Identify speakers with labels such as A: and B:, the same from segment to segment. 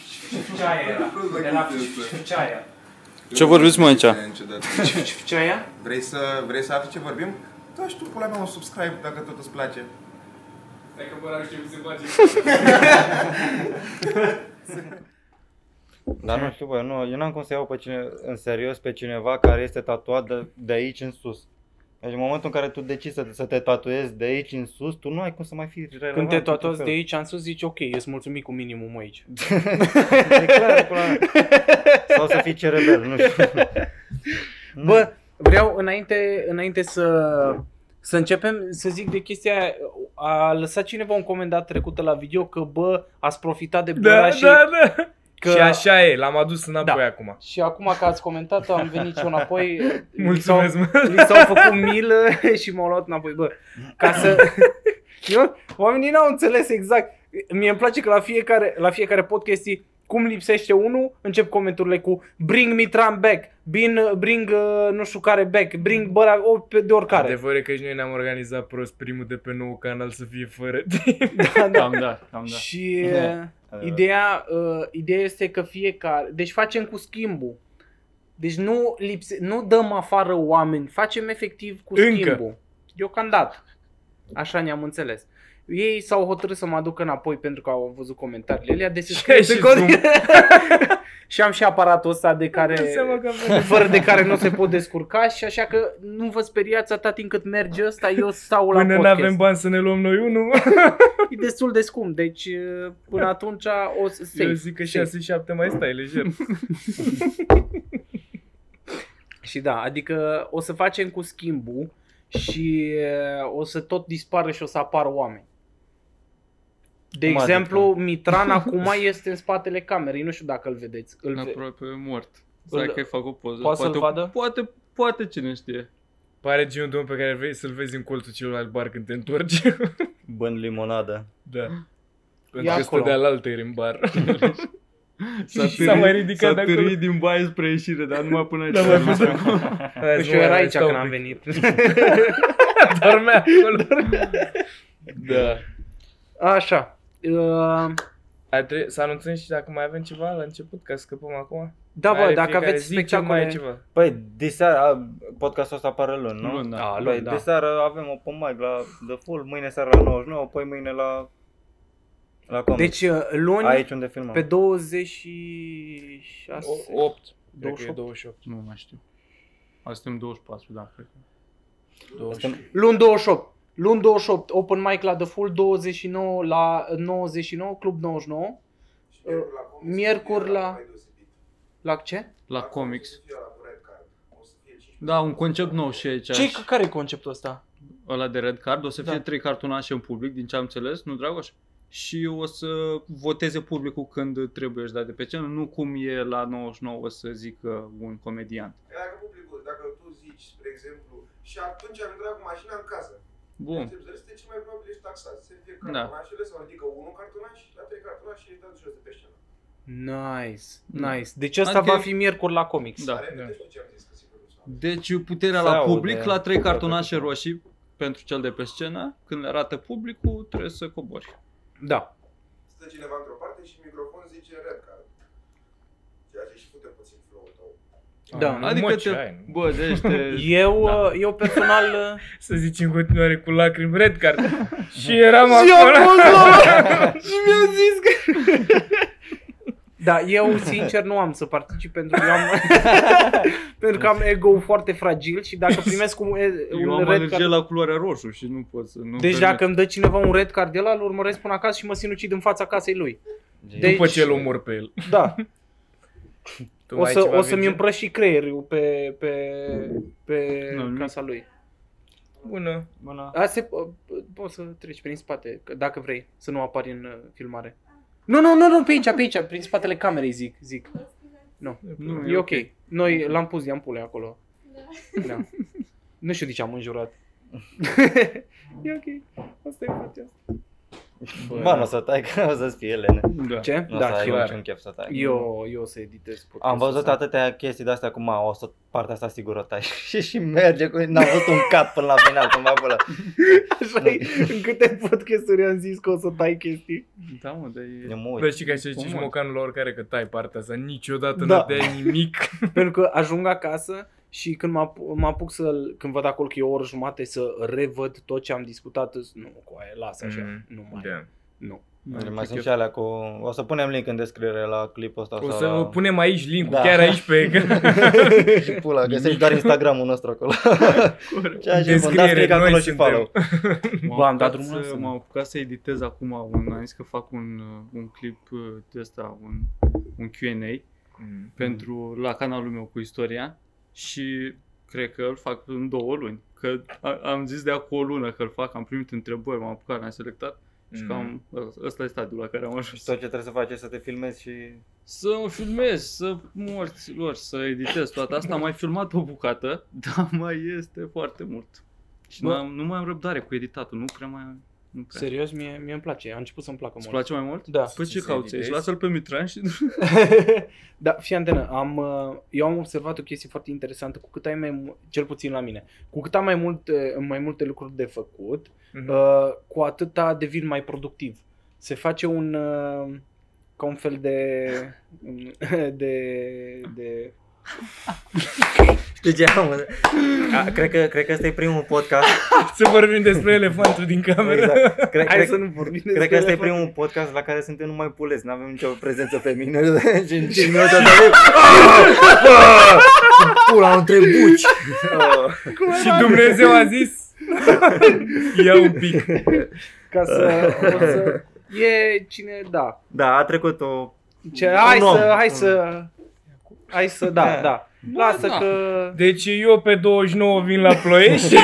A: Cifcifceaia era. De la Cifcifceaia.
B: Ce vorbiți, mă, aici?
A: Cifcifceaia?
C: Vrei să, vrei să afli ce vorbim? Da, și tu, pula mea, un subscribe dacă tot îți place.
D: Stai că păi băra nu știu cum se face.
E: Dar nu știu, bă, nu, eu n-am cum să iau pe cine, în serios pe cineva care este tatuat de, de aici în sus. Deci în momentul în care tu decizi să, să te tatuezi de aici în sus, tu nu ai cum să mai fii relevant.
A: Când te
E: într-un
A: tatuezi
E: fel.
A: de aici, am sus, zici ok, ești mulțumit cu minimum aici.
E: E clar, pula mea. Sau să fii cerebel, nu știu.
A: Bă, vreau înainte, înainte să, să începem să zic de chestia aia. A lăsat cineva un comentariu trecută la video că bă, ați profitat de băra
D: Da,
A: și,
D: da, da.
A: că,
D: Și așa e, l-am adus înapoi
A: Da.
D: acum.
A: și acum că ați comentat am venit și eu înapoi.
D: Mulțumesc,
A: Li
D: mă.
A: s-au, li s-au făcut milă și m-au luat înapoi. Bă, ca să... Eu, oamenii n-au înțeles exact. Mie îmi place că la fiecare, la fiecare podcast e cum lipsește unul, încep comenturile cu bring Mitran back, bring, bring uh, nu știu care back, bring băra o, pe- de oricare.
D: Adevărul e că și noi ne-am organizat prost primul de pe nou canal să fie fără timp.
A: da, da.
B: Cam da, cam da.
A: Și
E: Da.
A: uh, ideea, uh, ideea este că fiecare, deci facem cu schimbul. Deci nu, lipse, nu dăm afară oameni, facem efectiv cu
D: Încă.
A: schimbul. Deocamdată. Așa ne-am înțeles. Ei s-au hotărât să mă aducă înapoi pentru că au văzut comentariile alea, deci se
D: Și
A: scrie
D: ai
A: pe
D: și
A: cont- și am și aparatul ăsta de
D: Îmi dau
A: care
D: seama că avem-
A: fără de care nu se pot descurca și așa că nu vă speriați atâta timp cât merge ăsta, eu stau la
D: Până
A: podcast.
D: n-avem bani să ne luăm noi unul,
A: E destul de scump, deci uh, până atunci o să
D: Da.
A: safe.
D: eu zic că
A: safe.
D: 6-7 mai stai lejer.
A: Și da, adică o să facem cu schimbul și uh, o să tot dispară și o să apară oameni. De
D: adică?
E: Cum
A: exemplu, Mitran acum este în spatele camerei, nu știu dacă îl vedeți.
D: Da,
A: Îl ve-
F: Aproape mort. Stai
A: Îl-
F: că ai făcut poză.
A: poate să-l vadă?
F: Poate, poate cine știe.
D: Pare genul de om pe care vrei să-l vezi în colțul celălalt bar când te întorci.
E: Băn limonadă.
D: Da.
A: E
D: Pentru că
A: acolo.
D: stădea la altă în bar.
F: S-a
D: Și s-a mai ridicat de
F: s-a
D: acolo.
F: târâit din baie spre ieșire, dar numai până aici.
D: Da, mai fost
A: Păi și eu era aici când am venit.
D: Dormea acolo. da.
A: Așa. Uh,
D: Ar trebui să anunțăm și dacă mai avem ceva la început, ca să scăpăm acum.
A: da, bă,
D: Are
A: dacă
D: fiecare
A: aveți
D: zi, Mai e
A: spectacole...
D: ceva.
E: Păi, diseară, podcastul ăsta apare luni, nu?
F: Luni, da.
A: Da,
E: Păi,
A: lui, da.
E: diseară avem o mic la The Full, mâine seara la 99, păi mâine la... La Comic.
A: Deci uh, luni,
E: Aici unde filmăm.
A: pe 26...
D: O- 8. Cred că e
A: 28.
D: 28.
F: Nu mai știu. Azi suntem 24, da, cred. că.
D: 28.
A: Luni 28. Luni 28, open mic la The Full, 29 la 99, Club 99. Miercuri la... La ce?
F: La comics. Da, un concept nou și aici.
A: ce care e conceptul ăsta?
F: Ăla de red card. O să fie
A: Da.
F: trei cartonașe în public, din ce am înțeles, nu, Dragoș? Și o să voteze publicul când trebuie să dea de pe scenă, nu cum e la 99 o să zică un comedian.
G: Dacă publicul, dacă tu zici, spre exemplu, și atunci am intrat cu mașina în casă.
F: Bun.
G: Înțeleg, este cel mai probabil ești taxat. Se fie
F: Da.
G: cartonașele sau ridică unul cartonaș, la trei cartonașe ești dat jos de pe scenă.
A: Nice,
F: Da.
A: nice. Deci ăsta
F: Ok.
A: va fi miercuri la comics.
F: Da.
G: Repede și ce am zis, că sigur nu s-a auzit.
F: Deci puterea
E: Se
F: la
E: aude.
F: public, la trei
E: Se
F: cartonașe
E: aude.
F: roșii pentru cel de pe scenă, când le arată publicul, trebuie să cobori.
A: Da.
G: Stă cineva într-o parte și microfon zice red card. Ceea ce și fute puțin flow-ul tău.
A: Da.
D: Nu
F: Adică
D: Ah, mă,
F: te
D: ce ai, nu?
F: bă, deci te...
A: Eu,
F: Da.
A: uh, eu personal... uh,
D: Să zici în continuare cu lacrimi red card. și eram
A: Și eu am
D: acolo.
A: fost la... și mi-a zis că... Da, eu sincer nu am să particip pentru că eu am pentru că am ego foarte fragil și dacă primesc un,
F: Eu
A: un
F: am
A: red
F: alergie
A: card
F: la culoarea roșu și nu pot să... Nu
A: Deci dacă îmi dă cineva un red card de la, îl urmăresc până acasă și mă sinucid în fața casei lui.
E: Deci-
D: După ce îl omor pe el.
A: Da,
D: Tu
A: o,
D: ai
A: să,
D: ceva,
A: o să-mi
D: Virgil?
A: împrăști și creierul pe, pe, pe
F: Nu, nu.
A: casa lui.
D: Bună.
E: Bună.
A: A, se, po- poți să treci prin spate, că- dacă vrei, să nu apari în uh, filmare. Nu, nu, nu, nu, pe aici, pe aici, prin spatele camerei zic, zic.
F: Nu,
A: E ok. Noi l-am pus diampule acolo. Da. Nu știu de ce am înjurat. e ok. Asta e partea asta.
E: Bă, nu o să tai, că o să-ți fie lene.
F: Da.
A: Ce?
E: Nu o să
A: da,
E: ai
A: și eu.
E: niciun chef să tai.
A: Eu, eu o să editez podcastul
E: Am văzut
A: ăsta.
E: atâtea chestii de astea cum o să partea asta sigur o tai. și și merge cu... N-am văzut un cap până la final, cumva până
A: Așa e, în câte podcasturi am zis că o să tai chestii.
F: Da, mă, dar e...
E: Eu mă uit.
D: Bă, știi că să zici
F: Cum?
D: mocanul la oricare că tai partea asta, niciodată
A: Da.
D: da. nu dai nimic.
A: Pentru că ajung acasă și când mă, apu- mă apuc să când văd acolo că e o oră jumate să revăd tot ce am discutat, îs- nu, cu aia, las așa,
D: Mhm.
F: Mm,
A: nu mai,
D: Da.
A: nu.
F: Nu,
E: Deci
F: ce
E: Mai sunt
F: chef.
E: și alea cu... O să punem link în descriere la clipul ăsta.
D: O
E: sau
D: să
E: la...
D: punem aici link
E: Da.
D: da. chiar aici pe
E: și pula, găsești doar Instagramul nostru acolo. Ceea ce e bun, dați
D: Descriere,
E: click
D: noi
E: acolo și
D: suntem.
E: follow.
F: M-am
A: Bă, am dat
F: apucat
A: drumul la
F: să,
A: asta,
F: M-am apucat să editez acum un, am zis că fac un, uh, un clip uh, de ăsta, un, un Q&A
A: Mm-hmm.
F: pentru la canalul meu cu istoria și cred că îl fac în două luni. Că a- am zis de acolo o lună că îl fac, am primit întrebări, m-am apucat, am selectat și cam
A: Mm-hmm.
F: ă, ăsta e stadiul la care am
E: Și
F: ajuns.
E: tot ce trebuie să faci e să te filmezi și...
F: Să îmi filmez, să morți lor, să editez toată asta. Am mai filmat o bucată, dar mai este foarte mult. Și
A: Bă.
F: nu, am, nu mai am răbdare cu editatul, nu prea mai... Nu prea.
A: Serios, mie, mie îmi place, a început să-mi placă
F: Îți
A: mult.
F: place mai mult?
A: Da.
F: Păi
D: Să
F: ce
D: se
F: cauți aici?
D: editezi?
F: Lasă-l pe Mitran și...
A: da, fii antenă, am, uh, eu am observat o chestie foarte interesantă, cu cât ai mai, mu- cel puțin la mine, cu cât am mai, mult, uh, mai multe lucruri de făcut, uh, cu atâta devin mai productiv. Se face un uh, ca un fel de de de
E: Știi ce am? A, cred, că, cred că ăsta e primul podcast.
D: Să vorbim despre elefantul din cameră.
E: Exact. Cred,
A: Hai
E: cred,
A: să nu vorbim
E: Cred că ăsta e
A: despre
E: primul podcast la care suntem numai pulezi, n-avem nicio prezență feminină și în 5 minute Ah! o să avem... Pula, un trebuci!
D: și Dumnezeu a zis... Ia un pic.
A: ca să, o să e cine da.
E: Da, a trecut o...
A: Ce, hai
E: om.
A: să hai să hai să da, da. Lasă
F: da.
A: că
D: Deci eu pe 29 vin la Ploiești.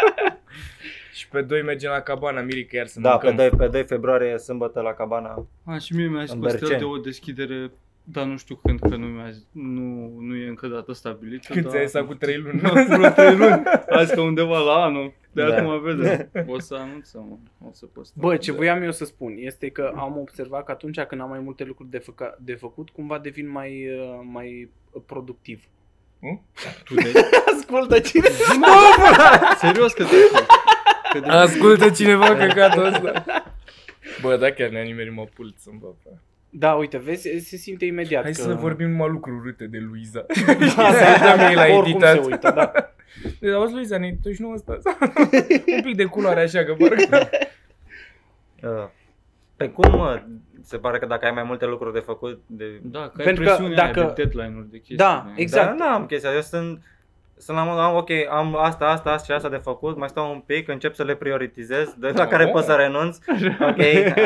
D: și pe 2 mergem la cabana, Miri, că iar să
E: Da, pe
D: mâncăm.
E: 2, pe 2 februarie, sâmbătă la cabana.
F: A, și mie mi-a zis
E: În
F: Costel
E: Berceni.
F: de o deschidere, dar nu știu când, că nu, mi-a zis, nu, nu e încă dată stabilită.
D: Când
F: dar-
D: ți-ai ieșit cu 3 luni.
F: Vreo trei luni. Azi că undeva la anul. De
E: Da.
F: acum vedem. O să anunțăm, mă. o să postăm.
A: Bă, ce voiam eu să spun este că am observat că atunci când am mai multe lucruri de, făca, de făcut, cumva devin mai, uh, mai productiv.
E: Hmm?
F: Tu de...
A: Ascultă cine
F: Serios că te Că de...
D: Ascultă cineva căcatul ăsta. Bă, da, chiar ne-a nimerit mă pulț în bă.
A: Da, uite, vezi, se simte imediat
D: Hai
A: că...
D: să vorbim numai lucruri urâte de Luiza.
A: Da,
D: Să-i dăm ei la
A: oricum
D: editat.
A: se uită, da.
D: Deci, auzi, Luiza, ne tu nu ăsta. Un pic de culoare așa, că parcă...
E: Uh, Pe cum, mă? Se pare că dacă ai mai multe lucruri de făcut, de...
F: Da,
A: Pentru
F: că Pentru
A: că
F: ai presiunea dacă...
A: dacă-
F: aia de deadline-uri de chestii.
A: Da,
F: de-
A: Exact.
E: Dar n-am chestia, eu sunt... Sunt la modul, am, ok, am asta, asta, asta și asta de făcut, mai stau un pic, încep să le prioritizez, de la care
D: Oh.
E: pot să renunț. Ok,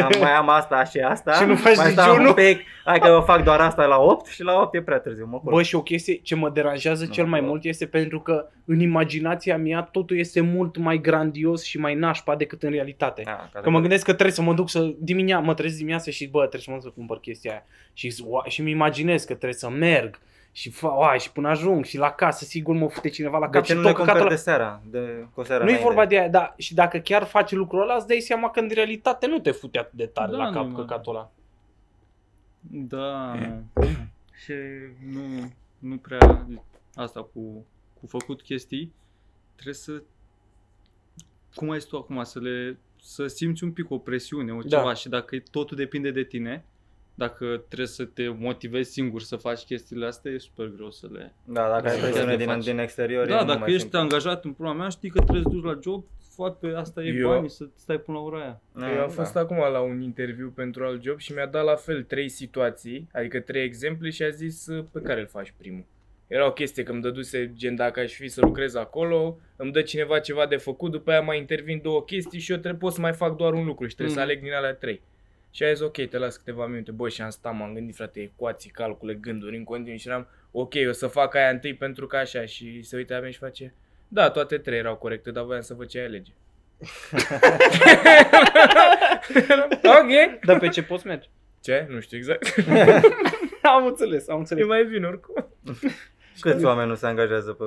E: am, mai am asta și asta.
A: Și nu faci
E: mai stau
A: niciunul?
E: un pic, hai că fac doar asta la 8 și la 8 e prea târziu, mă curc.
A: Bă, și o chestie ce mă deranjează
E: Nu,
A: cel mai
E: bă.
A: mult este pentru că în imaginația mea totul este mult mai grandios și mai nașpa decât în realitate.
E: Da, ca
A: Că mă gândesc că trebuie să mă duc să dimineața, mă trezesc dimineața și bă, trebuie să mă duc să cumpăr chestia aia. Și, z- ua- și mi imaginez că trebuie să merg și, fa, uai, și până ajung și la casă, sigur mă fute cineva la
E: De
A: cap
E: ce
A: și
E: nu
A: tot
E: le cumperi
A: căcatul ăla-
E: de seara? De, cu o seară
A: Nu e
E: înainte?
A: vorba de aia, da, și dacă chiar faci lucrul ăla, îți dai seama că în realitate nu te fute atât de tare
F: Da,
A: la cap
F: nu, mă.
A: căcatul ăla.
F: Da. Și nu, nu prea asta cu, cu făcut chestii, trebuie să cum ai tu acum să le să simți un pic o presiune, o
A: Da.
F: ceva și dacă e- totul depinde de tine, dacă trebuie să te motivezi singur să faci chestiile astea, e super greu să le...
E: Da, dacă ai
F: Nu
E: presiune
F: știu ce
E: din,
F: faci.
E: din exterior e
F: da,
E: mult
F: dacă
E: mai
F: ești
E: simplu.
F: angajat în problema mea, știi că trebuie să duci la job, fac pe asta e
D: Eu-
F: banii, să stai până la ora aia.
E: Da,
D: Eu am
E: da.
D: fost acum la un interviu pentru alt job și mi-a dat la fel trei situații, adică trei exemple și a zis "Uh, pe care îl faci primul. Era o chestie că îmi dăduse gen dacă aș fi să lucrez acolo, îmi dă cineva ceva de făcut, după aia mai intervin două chestii și eu trebuie pot să mai fac doar un lucru și trebuie
F: Mhm.
D: să aleg din alea trei. Și a zis ok, te las câteva minute, bă, și am stat, m-am gândit, frate, ecuații, calcule, gânduri în continuu și eram ok, o să fac aia întâi pentru că așa și se uită la mine și face da, toate trei erau corecte, dar voiam să vă ce alege. ok.
A: Dar pe ce poți merge?
D: Ce? Nu știu exact.
A: am înțeles, am
D: Eu
A: înțeles.
D: mai vin oricum.
E: Câți oameni nu se angajează pe...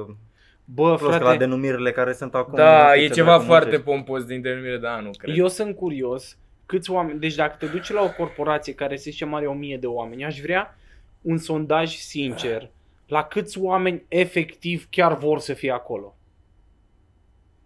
A: Bă,
E: Plus că la
A: frate,
E: denumirile care sunt acum... nu
D: Da,
E: știu
D: e
E: ce
D: ceva
E: dracu
D: foarte
E: muncești.
D: pompos din denumire, da, nu cred.
A: eu sunt curios câți oameni, deci dacă te duci la o corporație care se zicem are 1000 de oameni, aș vrea un sondaj sincer la câți oameni efectiv chiar vor să fie acolo.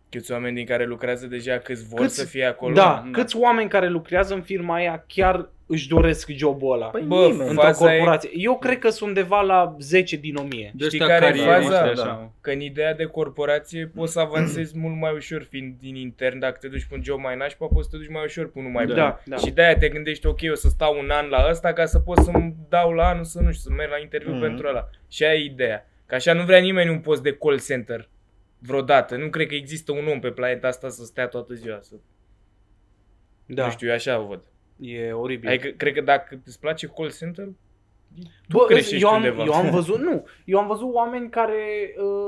D: Câți oameni din care lucrează deja, câți vor
A: Câți-
D: să fie acolo?
A: da, câți oameni care lucrează în firma aia chiar își doresc jobul ăla
E: Păi
D: Bă,
E: nimeni.
A: într-o
D: faza e- Deci,
A: corporație. Eu cred că sunt undeva la 10 din 1000.
F: De
D: Știi
F: ăștia
D: care e
F: carieriști,
D: faza?
F: așa,
E: Da.
F: mă.
D: Că în ideea de corporație poți să avansezi mult mai ușor fiind din intern, dacă te duci pe un job mai nașpa, poți să te duci mai ușor pe unul mai
F: Da,
D: bun.
A: da.
D: Și de-aia te gândești, ok, o să stau un an la ăsta ca să pot să-mi dau la anul să nu știu, să merg la interviu
E: Mhm.
D: pentru ăla. Și aia e ideea. Că așa nu vrea nimeni un post de call center vreodată. Nu cred că există un om pe planeta asta să stea toată ziua. Să...
A: Da,
D: Nu știu, eu așa o văd.
A: e oribil.
D: Adică, cred că dacă îți place call center,
A: Bă,
D: creșești
A: eu am,
D: undeva.
A: eu am văzut, nu, eu am văzut oameni care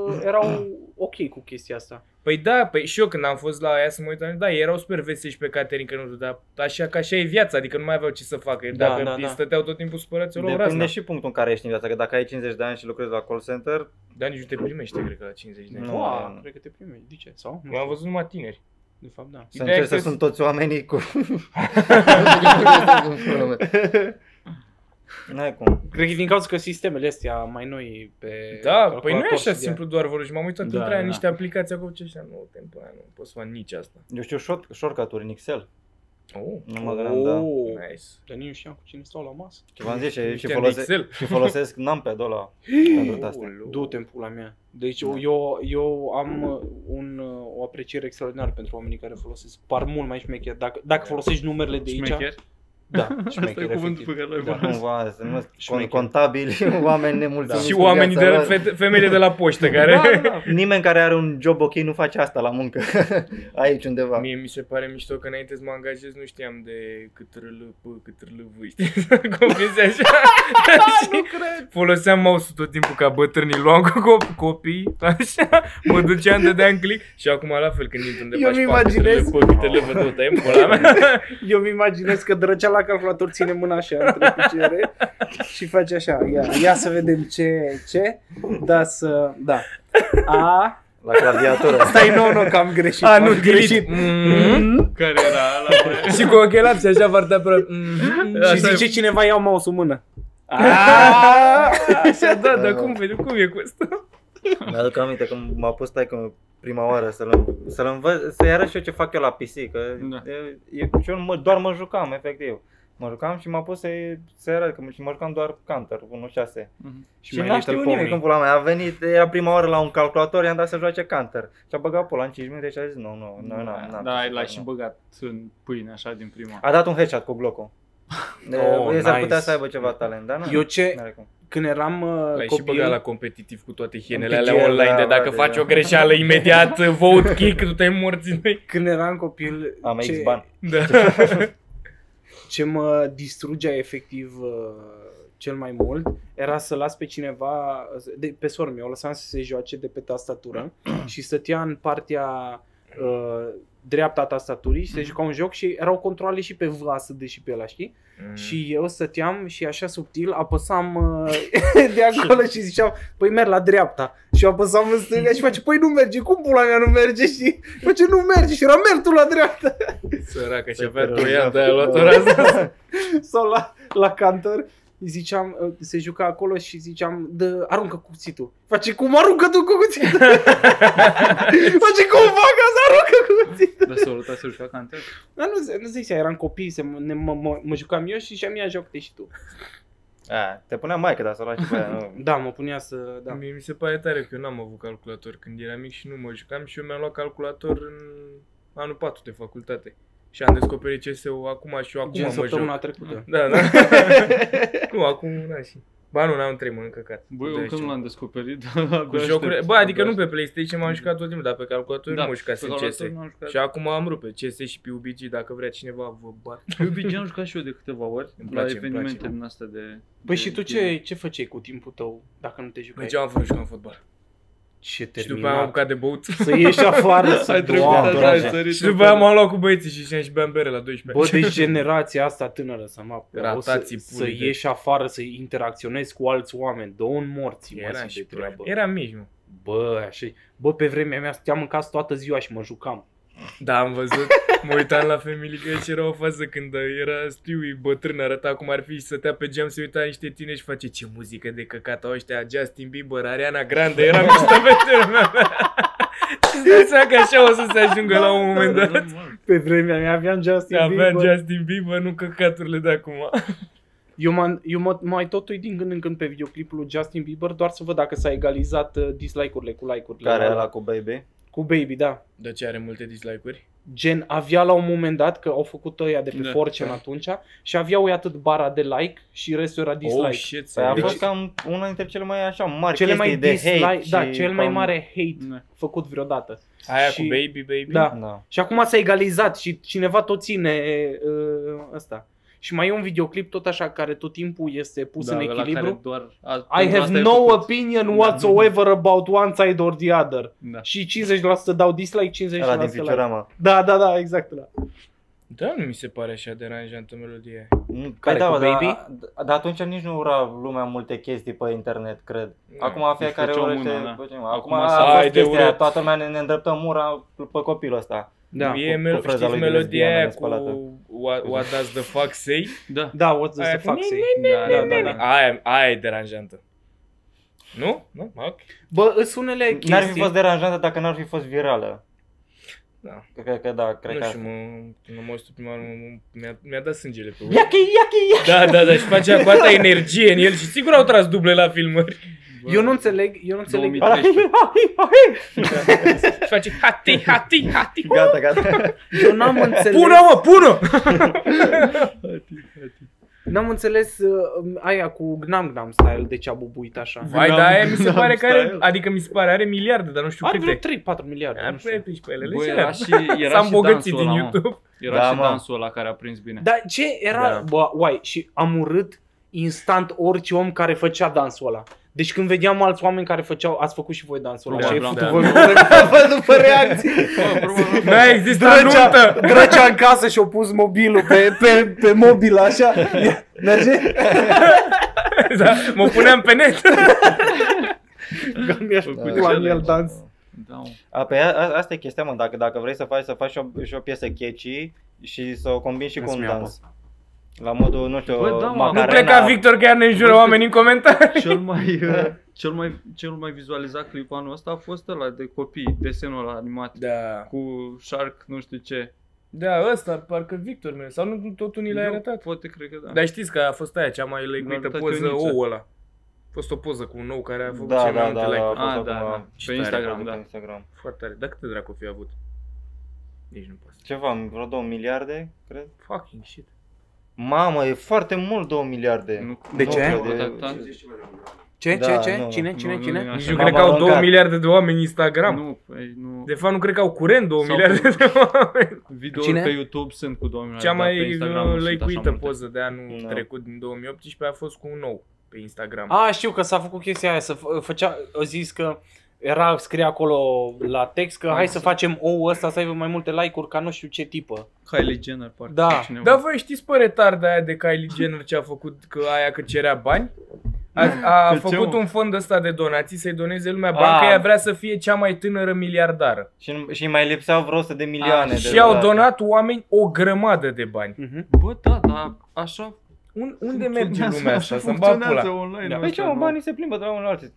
A: uh, erau ok cu chestia asta.
D: Păi da, păi și eu când am fost la aia să mă uitam, da, ei erau super veseli și pe catering, că nu știu, dar așa că așa e viața, adică nu mai aveau ce să facă. Da, Dacă da, da. stăteau tot timpul supărați, o luau
E: Depinde
D: razna.
E: și punctul în care ești în viață, că dacă ai 50 de ani și lucrezi la call center,
D: Dar nici nu te primește, cred că, la 50 de ani.
E: Nu,
A: Nu,
E: nu, nu.
A: cred că te primești, de ce? Sau? Nu
D: M-am
A: știu.
D: văzut numai tineri.
A: De fapt, da.
E: să
D: Ideea
E: încerci
D: e
E: să
D: că-
E: sunt toți oamenii cu...
D: Da.
E: N-ai cum.
A: Cred că din cauza că sistemele astea mai noi pe
D: Da, păi nu e
A: calculator
D: așa
A: și de-
D: simplu doar vorbim. M-am uitat
F: Da,
D: între aia
F: da.
D: niște aplicații acolo ce așa, nu, timpul ăla, nu pot să fac nici asta.
E: Eu știu short, shortcut-uri în Excel.
D: Oh,
E: Nu mă gândeam, da.
A: Oh,
D: nice.
A: Dar nici nu știam cu cine stau la masă.
E: Ce v-am zis, și, și,
D: Niște
E: folose-
D: Excel.
E: și folosesc numpad ăla pentru astea. Da.
A: Du-te în pula mea. Deci eu, eu, eu am uh, un, uh, o apreciere extraordinară pentru oamenii care folosesc. Par mult mai șmecher. Dacă, dacă folosești numerele de aici,
F: Șmecher?
A: da,
F: Asta e
A: șmecher,
F: cuvântul
A: efectiv.
F: pe care l-ai
E: Da,
F: folosit.
E: cumva, se numesc
A: Șmecher.
E: contabili, oameni nemulțumiți.
D: Și
E: cu
D: oamenii de
E: viața lor.
D: fete- femeile de la poștă care...
E: Da, da. Nimeni care are un job ok nu face asta la muncă. Aici undeva.
D: Mie mi se pare mișto că înainte să mă angajez nu știam de cât râlă, pă, cât râlă vâi, știi? Cum vezi așa? nu cred! Foloseam mouse-ul tot timpul ca bătrânii, luam cu cop- copii, așa, mă duceam, dădeam click și acum la fel când intru undeva
A: Eu
D: și
A: mi
D: fac cât râlă,
A: imaginez-
D: pă, cât râlă vă tot, tăiem pula mea.
A: Eu mi imaginez că drăgea la calculator ține mâna așa între picioare și face așa. Ia, ia să vedem ce, ce. Da, să, da. A,
E: La claviatură.
A: stai, nu, nu, că am greșit.
D: A,
A: am
D: nu,
A: greșit.
D: greșit. Mm-hmm.
F: Care era ăla?
D: Și cu ochelari și așa foarte pe...
A: Și
D: Mm-hmm. Așa e.
A: zice cineva ia mouse-ul în mână.
D: Așa, da, dar cum vezi, cum e cu asta?
E: Mi-aduc aminte când m-a pus taică prima oară să-l, să-l învăț, să-i arăt și eu ce fac eu la PC, că
F: Da.
E: e, e, și eu mă, doar mă jucam, efectiv. Mă jucam și m-a pus să-i, să-i arăt, că mă- și mă jucam doar Counter 1.6. Și, și n-a știut nimic în pula mea, a venit, era prima oară la un calculator, i-am dat să joace Counter. Și a băgat pula în 5 minute și a zis, nu, nu, nu, nu, nu.
F: Da, l-ai și băgat în pâine așa din prima.
E: A dat un headshot cu Glock-ul.
A: Oh,
E: Oh, El s-ar putea
A: nice.
E: să aibă ceva talent, dar nu.
A: Eu ce,
E: N-are cum.
A: când eram uh,
D: L-ai și
A: copil,
D: băgat la competitiv cu toate hienele
E: Un pic
D: alea
E: el,
D: online, de
E: da,
D: dacă
E: bă,
D: faci
E: de-
D: o greșeală imediat, vote kick, tu te-ai morți noi.
A: când eram copil,
E: Am
A: ce,
E: X bani.
D: Da.
A: ce mă distrugea efectiv uh, cel mai mult era să las pe cineva, de, pe sora mea, o lăsam să se joace de pe tastatură și stătea în partea uh, dreapta a tastaturii și se
E: Mhm.
A: juca un joc și erau controle și pe V să dă și pe ăla, știi?
F: Mm.
A: Și eu stăteam și așa subtil apăsam uh, de acolo și ziceam, păi merg la dreapta. Și eu apăsam în stânga și face, păi nu merge, cum pula mea nu merge? Și face, nu merge și era, merg tu la dreapta.
D: Săracă, și
E: Să-i
D: avea
E: terorizează.
D: 2
F: Da.
D: ani, de-aia a luat ora asta.
A: Sau la, la cantor, ziceam, uh, se juca acolo și ziceam, dă, aruncă cuțitul. Face, cum aruncă tu cu cuțitul? face, cum fac asta, aruncă cu cuțitul?
F: Dar s-a luat să juca cantar?
A: Dar nu, se- nu zicea, eram copii, se, ne, mă, mă, mă, jucam eu și ziceam, ia joc și tu.
E: A, te punea maică, dar să o luat și pe aia, nu.
A: Da, mă punea să, da.
D: Mie mi se pare tare că eu n-am avut calculator când eram mic și nu mă jucam și eu mi-am luat calculator în anul 4 de facultate. Și am descoperit CSU acum și eu acum
A: Gen
D: mă joc.
A: săptămâna trecută.
D: Da, da. nu, acum un an și... Ba nu, n-am trei, mă încăcat.
F: Bă,
D: De
F: eu încă
D: aici.
F: nu l-am descoperit, dar abia
D: Deci cu
F: aștept.
D: jocurile. Bă, adică
F: Abia
D: nu pe PlayStation m-am jucat tot timpul, dar pe calculator
F: Da,
D: nu mă
F: pe
D: jucasem CS.
F: calculator n-am jucat.
D: Și acum am rupe CS și PUBG, dacă vrea cineva vă bat.
F: PUBG am jucat și eu de câteva ori
D: Îmi
F: la
D: place, îmi
F: evenimente
D: place.
F: din astea de...
A: Păi
F: de
A: și tu
F: tine.
A: ce, ce făceai cu timpul tău dacă nu te jucai?
D: Deci am vrut jucam fotbal.
A: Ce
D: Și după aia am apucat de băut.
A: Să ieși afară, să
F: Ai trecut,
A: doamne.
E: da, da.
F: ai
E: Doamne.
F: sărit
D: și
F: în
D: după aia
F: până.
D: m-am luat cu băieții și ieșeam și beam bere la 12.
A: Bă, deci generația asta tânără să mă apuc, să,
D: Ratații
A: să
D: pulii de-
A: ieși afară, să interacționezi cu alți oameni, dă un morți, mă,
D: era
A: zi
D: și
A: de treabă.
D: treabă. Era mici, mă.
A: Bă, așa Bă, pe vremea mea stăteam în casă toată ziua și mă jucam.
D: Da, am văzut. Mă uitam la Family Guy și era o fază când era Stewie bătrân, arăta cum ar fi și stătea pe geam, se uita la niște tine și face ce muzică de căcat au ăștia, Justin Bieber, Ariana Grande, era mișto pe turma mea. Și îți dai seama că așa o să se ajungă la un moment
A: Da,
D: dat.
A: Pe vremea mea aveam Justin
D: Avea
A: Bieber.
D: Justin Bieber, nu căcaturile de acum.
A: Eu, m- eu mă mai tot uit din când în când pe videoclipul lui Justin Bieber doar să văd dacă s-a egalizat uh, dislike-urile cu like-urile.
E: Care ăla cu baby?
A: Cu Baby, da.
D: De ce are multe dislike-uri?
A: Gen, avea la un moment dat, că au făcut ăia de pe
F: Da.
A: 4 atunci, și aveau ei atât bara de like și restul era
D: Oh,
A: dislike.
D: shit,
E: Păi a
D: serios?
E: fost cam una dintre cele mai așa mari
A: Deci cele mai
E: chestii de hate
A: dislike,
E: și
A: da, cel mai
E: cam-
A: mare hate
F: Da.
A: făcut vreodată.
D: Aia
A: și-
D: cu Baby Baby?
A: Da.
E: Da.
A: Și acum s-a egalizat și cineva tot ține uh, ăsta. Și mai e un videoclip tot așa care tot timpul este pus
F: Da,
A: în
F: ăla care
A: echilibru.
F: Doar, a,
A: I
F: pentru
A: have
F: asta e
A: no
F: făcut.
A: opinion whatsoever about one side or the other.
F: Da.
A: Și 50% dau dislike, 50%
E: Ăla din
A: like.
E: Futurama.
A: Da, da, da, exact la.
D: Da, nu mi se pare așa deranjantă melodia aia.
E: Mm,
A: Care,
E: păi da,
A: cu
E: bă, dar-
A: Baby?
E: Dar atunci nici nu ura lumea multe chestii pe internet, cred.
D: Mm,
E: Acum fiecare
F: făceau
E: urăște...
F: mâna, da.
E: bă, ce-
F: Acum
E: Acum
F: s-a-
E: a
D: Hai
E: fost
D: de
E: chestia aia,
D: urât.
E: toată lumea ne, ne îndreptăm mura pe copilul ăsta.
A: Da.
D: E
E: Cu-
D: mel-
E: cu freza
D: știți
E: lui de
D: melodia
E: lesbiană
D: aia cu
E: nespălată.
D: what, what does the fuck say?
F: Da.
A: Da, what's the
D: Aia cu
A: fuck
D: ne-
A: say?
F: Da, da, da, da.
D: Aia, aia e deranjantă. Nu? Nu? Ok.
A: Bă, îs unele
E: N-ar fi
A: chestii.
E: fost deranjantă dacă n-ar fi fost virală.
D: Da.
E: Cred că da, cred
D: Nu
E: că
D: știu,
E: asta.
D: mă, când am auzit prima oară, mă- mă- mi-a, mi-a dat sângele pe urmă.
A: Iachi, iachi, iachi.
D: Da, da, da, și facea cu atâta energie în el și sigur au tras duble la filmări.
A: Eu nu înțeleg, eu nu înțeleg.
F: 2000.
D: Și face hati, hati, hati.
E: Gata, gata.
A: Eu n-am înțeles.
D: Pună, mă, pună!
A: N-am înțeles uh, aia cu Gnam Gnam style de ce a bubuit așa.
D: Vai, da, aia mi se
F: N-am
D: pare că are,
F: style.
D: adică mi se pare, are miliarde, dar nu știu
A: Are vreo
D: câte.
A: 3-4 miliarde,
D: Ar
A: nu
D: pune
A: știu.
D: pe aici pe ele
F: Bă,
D: și
F: era
D: era.
F: și,
D: S-a
F: era și
D: îmbogățit
F: dansul
D: din
F: ăla, mă.
D: YouTube.
F: Era
E: Da,
F: și
E: mă.
F: dansul ăla care a prins bine.
A: Dar ce era,
E: Da.
A: bă, uai, și am urât instant orice om care făcea dansul ăla. Deci când vedeam alți oameni care făceau, ați făcut și voi dansul ăla
F: Da,
A: și ai
F: da.
A: făcut voi după, după reacții.
F: Bă, probabil-
D: N-a existat
A: Drăcea,
D: Da, nuntă!
A: drăcea în casă și-a pus mobilul pe, pe, pe mobil așa. Merge?
D: Da, mă puneam pe net.
A: Mi-aș la el dans.
F: Da, mă.
E: A, pe a, a, asta e chestia, mă, dacă, dacă vrei să faci, să faci și o, și o piesă catchy și să o combini și cu un
B: Îmi ia
E: dans. La modul, nu știu,
F: Bă, da, mă, nu
E: Macarena.
D: Nu pleca Victor că iar ne înjură oamenii în comentarii.
F: cel mai, uh, cel mai, cel mai vizualizat clip anul ăsta a fost ăla de copii, desenul ăla animat.
D: Da.
F: Cu Shark, nu știu ce.
D: Da, ăsta, parcă Victor meu, sau nu tot unii l-a
F: Eu
D: arătat.
F: Poate, cred că da.
D: Dar știți că a fost aia cea mai
F: L-a
D: lăicuită
F: arătat
D: poză,
F: Ioniță.
D: ouă ăla. A fost o poză cu un ou care a făcut
E: Da,
D: cel mai
E: da,
D: multe
E: da, da.
D: like-uri.
F: ah,
E: fost
F: da,
E: acum-
F: da, pe
D: Ce tare,
F: Instagram,
E: Pe
F: da.
E: Instagram.
D: Foarte tare. Dar câte dracu fi avut? Nici nu poți.
E: Ceva, vreo 2 miliarde, cred.
D: Fucking shit.
E: Mamă, e foarte mult 2 miliarde.
F: Nu- da,
A: De
E: nu
A: ce?
E: cred
F: Au votat tank?
G: 50 și mai mult.
A: Ce,
E: Da,
A: ce, ce?
E: nu,
A: Cine,
F: nu,
A: cine,
F: nu,
A: cine?
F: nu,
D: Nici
F: așa.
D: nu
E: M-am
D: cred că au 2
E: aruncat.
D: miliarde de oameni Instagram.
F: Nu, păi, nu.
D: De fapt, nu cred că au curent 2
F: Sau-
D: miliarde de oameni.
F: Videouri
A: Cine?
F: pe YouTube sunt cu 2000
D: Cea
F: da, pe
D: mai
F: Instagram nu sunt așa
D: lăicuită
F: multe.
D: poză de anul
E: Da.
D: trecut, din 2018, a fost cu un nou pe Instagram.
A: A, știu că s-a făcut chestia aia, să f- făcea, o zis că era, scrie acolo la text că hai să facem ou ăsta să aibă mai multe like-uri ca nu știu ce tipă.
F: Kylie Jenner, parcă.
A: Da.
F: sau cineva.
D: Da, voi știți pe retarda aia de Kylie Jenner ce a făcut, că aia că cerea bani? A, a
F: Pe ce,
D: făcut
F: mă? Ah.
D: un fond ăsta de donații să-i doneze lumea bani, că
E: A.
D: ea vrea să fie cea mai tânără miliardară.
E: Și, nu- și mai lipseau vreo 100 de
F: Ah,
E: milioane. de
D: Și au
E: dolari.
D: donat oameni o grămadă de bani.
A: Mhm.
F: Bă, da, dar așa
D: Un, unde merge
F: funcționează,
D: lumea asta?
F: așa
D: Să-mi bag
F: funcționează
D: pula.
F: online.
A: Da.
F: așa,
E: Păi ce, mă,
F: nu?
E: banii se plimbă de la unul la alții.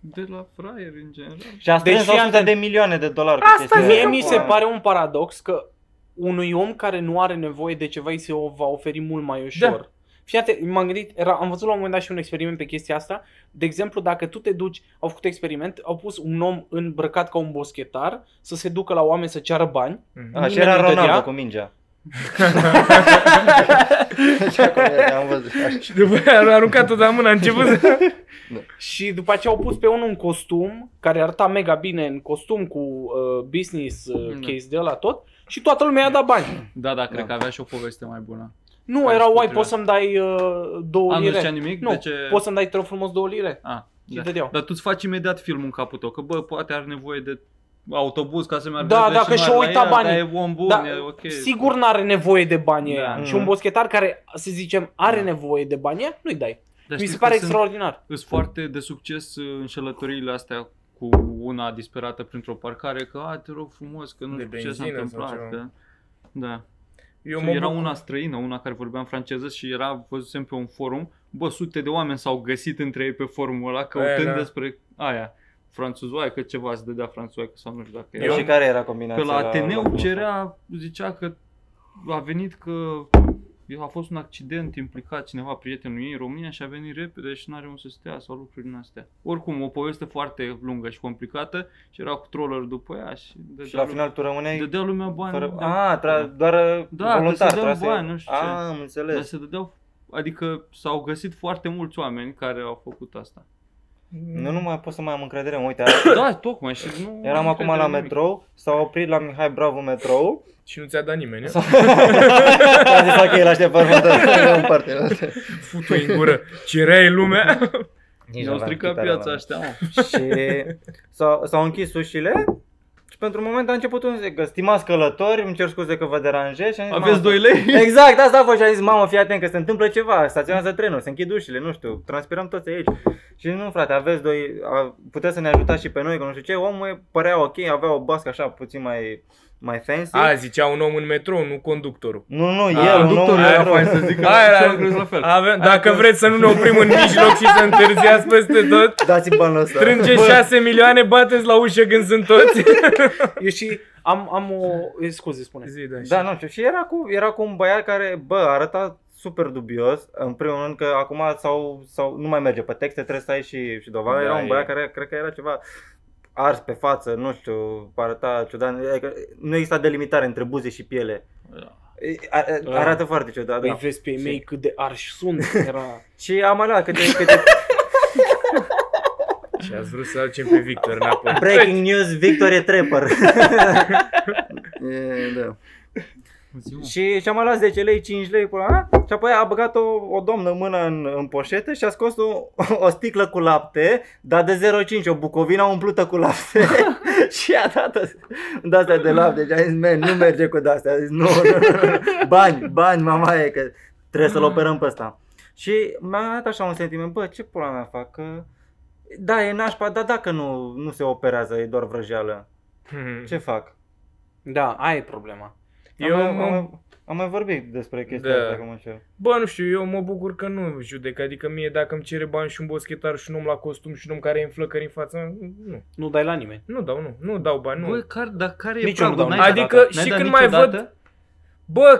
F: De la fraier, în general.
E: Și a strâns
A: Deci, fii
E: 100 de milioane de dolari cu chestia
A: Păi, Mie
E: asta.
A: mi se pare un paradox că unui om care nu are nevoie de ceva îi se o va oferi mult mai ușor. Da. Fii atent, m-am gândit, era, am văzut la un moment dat și un experiment pe chestia asta. De exemplu, dacă tu te duci, au făcut experiment, au pus un om îmbrăcat ca un boschetar să se ducă la oameni să ceară bani.
D: Mhm.
E: A, și
A: nimeni
E: era
A: nu dădea.
E: Ronaldo cu mingea. Și acum am văzut.
D: Și după aia a aruncat-o de mână, a început să...
A: Și după aceea au pus pe unul în costum, care arăta mega bine în costum cu uh, business uh,
F: Da.
A: case de la tot. Și toată lumea i-a dat bani.
F: Da, da, cred că avea și o poveste mai bună.
A: Nu,
F: Care
A: era
F: se
A: uai,
F: potrivea.
A: poți să-mi dai uh, două
F: A, nu zicea
A: lire.
F: nimic?
A: Nu,
F: de ce...
A: poți să-mi dai, te rog frumos, două lire.
F: A,
A: Și
F: da.
A: dădeau.
F: Dar tu îți faci imediat filmul în capul tău, că bă, poate are nevoie de autobuz ca să meargă
A: Da,
F: repede
A: dacă
F: nu
A: și-o
F: are la
A: uita
F: el,
A: banii.
F: Dar e om bun,
A: Da,
F: e ok.
A: Sigur n-are nevoie de bani
F: Da.
A: ăia. Și
E: Mhm.
A: un boschetar care, să zicem, are
F: Da.
A: nevoie de bani ăia, nu-i dai.
F: Dar
A: Mi
F: știi
A: se
F: că
A: pare
F: sunt-
A: extraordinar.
F: Sunt foarte de succes uh, înșelătoriile astea cu una disperată printr-o parcare că, a, te rog frumos, că nu
D: De
F: știu ce s-a
D: benzină sau
F: întâmplat.
D: ceva.
F: Că... Da.
D: Eu mă
F: era
D: bucur.
F: una străină, una care vorbea în franceză și era, văzusem pe un forum, bă, sute de oameni s-au găsit între ei pe forumul ăla căutând
D: Aia, da.
F: despre aia, franțuzoaică, ceva, se dădea franțuzoaică sau nu știu dacă
D: Eu-
F: era.
E: Și care era
F: Că
E: combinația?
F: la Ateneu
E: la-
F: cerea, zicea că a venit că a fost un accident implicat cineva, prietenul ei în România și a venit repede și nu are unde să stea sau lucruri din astea. Oricum, o poveste foarte lungă și complicată și era cu troller după ea și
E: Și
F: dădea,
E: la
F: lu-
E: final tu rămâneai
F: dădea lumea bani. da,
E: fără...
F: de-
E: A, tra- doar uh,
F: Da, că
E: voluntar.
F: se dă
E: trase-
F: bani, nu știu ce.
E: A, am
F: Dar
E: înțeles.
F: se dădeau, adică s-au găsit foarte mulți oameni care au făcut asta.
E: Nu, nu mai pot să mai am încredere, mă, uite,
F: Da, tocmai și nu...
E: Eram
F: nu
E: acum
F: credeam
E: la
F: nimic.
E: metrou, s-a oprit la Mihai Bravo metrou.
D: Și nu ți-a dat nimeni,
E: S-a a zis, ok, îl aștept pe următor, în parte.
D: futu în gură. Cirea e lumea.
F: Ne-au stricat piața ăștia, mă.
E: Și s-au, s-au închis ușile și pentru un moment a început un zic, că stimați călători, îmi cer scuze că vă deranjez și am zis,
F: Aveți 2
E: "Mamă,
F: lei?
E: Exact, asta a fost și a zis, mamă, fii atent că se întâmplă ceva, staționează trenul, se închid ușile, nu știu, transpirăm toți aici. Și nu, frate, aveți doi, a, puteți să ne ajutați și pe noi, că nu știu ce, omul e- părea ok, avea o bască așa puțin mai, mai fancy.
D: A, zicea un om în metrou, nu conductorul.
E: Nu, nu,
F: A,
E: el, un om
F: conductorul era
E: într-o-
F: fain să zică,
D: Aia
F: și
D: era-
F: eu am crezut la fel.
D: Avem, dacă vreți să nu ne oprim în mijloc și să întârziați peste tot,
E: Dați-mi banul ăsta.
D: Strânge
E: Bă,
D: 6 milioane, bateți la ușă când sunt toți.
A: Eu și am, am o... e, Scuze, spune.
D: Zi, da,
E: Da, nu știu. Și era cu, era cu un băiat care, bă, arăta super dubios. În primul rând că acum sau, sau nu mai merge pe texte, trebuie să ai și, și dovadă.
D: Da,
E: era un
D: e.
E: băiat care cred că era ceva ars pe față, nu știu, arăta ciudat. Adică Nu exista delimitare între buze și piele. E- a- a-
A: Da.
E: Arată foarte ciudat,
A: Îi
E: da.
A: vezi pe ei
E: Și-
A: mei cât de arși sunt. Era...
E: Și am mai luat câte, câte
D: Și ați vrut să alcem pe Victor înapoi.
E: breaking news, Victor e trapper. e, da. Și și-a mai luat 10 lei, 5 lei până la Și apoi a băgat o, o domnă mână în, în poșetă și a scos o, o sticlă cu lapte, dar de 0,5, o bucovina umplută cu lapte. și a dat de astea de lapte. Și a zis, man, nu merge cu de-astea. A zis, nu, nu, nu, nu. bani, bani, mama e că trebuie
D: Mm.
E: să-l operăm pe ăsta. Și mi-a dat așa un sentiment, bă, ce pula mea fac, că... Da, e nașpa, dar dacă nu, nu se operează, e doar vrăjeală. Ce fac?
A: Da, aia e problema.
D: Eu
E: am, mai- am,
D: mă,
E: mai- am mai vorbit despre chestia
D: Da.
E: asta, dacă mă înșel.
D: bă, nu știu, eu mă bucur că nu judec. Adică mie dacă îmi cere bani și un boschetar și un om la costum și un om care e în flăcări în fața mea, nu.
A: Nu dai la nimeni.
D: Nu dau, nu. Nu dau bani, nu.
F: Bă,
D: Bă,
F: care, dar care e
A: Nici eu nu
F: pragul?
A: dau.
F: N-ai dat
D: Adică
F: niciodată?
D: și
F: N-ai dat
D: când mai văd-
F: niciodată?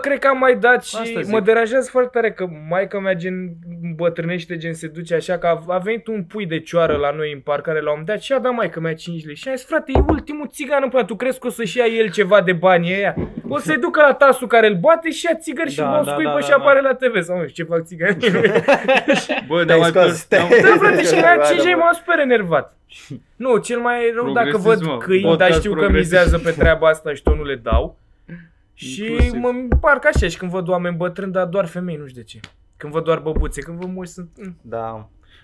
D: cred că am mai dat și
F: Asta zic.
D: mă deranjează foarte tare că maica mea gen bătrânește, gen se duce așa că a, a venit un pui de cioară la noi în parcare la un moment dat și a dat maica mea 5 lei și a zis, frate, e ultimul țigan în plan, tu crezi că o să-și ia el ceva de bani ăia? O să-i ducă la tasul care îl bate și ia țigări și
A: Da,
D: da, o
A: da,
D: scuipă da,
A: da,
D: da, și
A: da,
D: apare la TV sau nu știu ce fac țiganii.
F: Bă, dar
E: Te-ai
F: mai
E: scos,
F: pe-
E: te-ai-
D: Da, frate, și
E: Adevărat,
D: mi-a 5 lei
E: adevărat.
D: m-am super enervat. Nu, cel mai rău dacă
F: Progresez,
D: văd
F: mă.
D: câini,
F: Podcast
D: dar știu că
F: progresez.
D: mizează pe treaba asta și tot nu le dau. Și
F: Inclusiv.
D: mă parcă așa și când văd oameni bătrâni, dar doar femei, nu știu de ce. Când văd doar băbuțe, când văd mulți sunt... mm.
E: Da.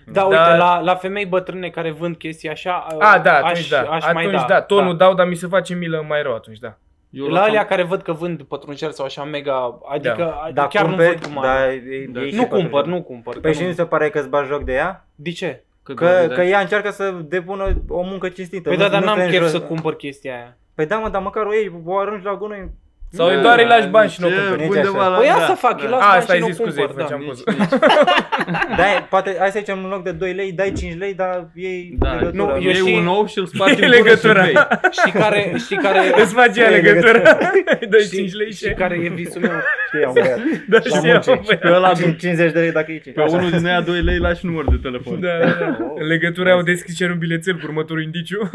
A: Da,
D: Da.
A: uite, la, la femei bătrâne care vând chestii așa,
D: A, da, atunci da. atunci da. Tot nu dau, dar mi se face milă mai rău atunci, da.
F: Eu
A: La
F: luat
A: alea
F: am-
A: care văd că vând pătrunjel sau așa mega, adică
E: Da,
A: da. chiar
E: cumperi,
A: nu văd cum
E: da,
A: are.
E: e-
F: Da.
E: e și
A: Nu
E: pătrunjel.
A: cumpăr, nu cumpăr. că
E: Păi și
A: nu-
E: nu se pare că îți bagi joc de ea?
A: De ce?
E: Că,
F: da,
E: că
F: da.
E: ea încearcă să depună o muncă cinstită.
A: Păi
E: nu-
A: da, dar
E: nu te
A: n-am chef
E: înjuri.
A: să cumpăr chestia aia.
E: Păi da, mă, dar măcar o iei, o arunci la gunoi.
D: Sau
F: Da,
D: îi doar îi lași bani și nu o
F: ce?
D: cumperi.
E: Nici
F: Undeva
E: așa.
F: la-
A: Păi
F: da,
A: asta fac,
F: da.
A: îi las
D: A,
A: bani
D: asta
A: și
D: ai
A: nu
D: zis, scuze,
A: cumpăr. Da.
D: făceam
F: Nici-
D: poză.
F: nici-
E: Dai, poate, hai să zicem, în loc de 2 lei, dai 5 lei, dar iei
F: Da,
E: legătura,
A: nu,
F: nu,
A: eu
F: iei
A: și-
F: un ou și îl spargi în gură și îl
D: legătura.
F: bei.
A: Știi care, știi care,
D: Îți faci ea
E: Trei
D: legătura. Îi dai
A: știi,
D: 5 lei și...
A: știi care e visul meu?
E: știi, am băiat.
D: Da,
E: La
D: și ea,
E: munce. Și pe
D: băi.
E: ăla 50 de lei dacă iei 5.
F: Pe unul din aia 2 lei lași număr de telefon.
D: Da, da, da. În legătura au deschis cer un bilețel cu următorul indiciu.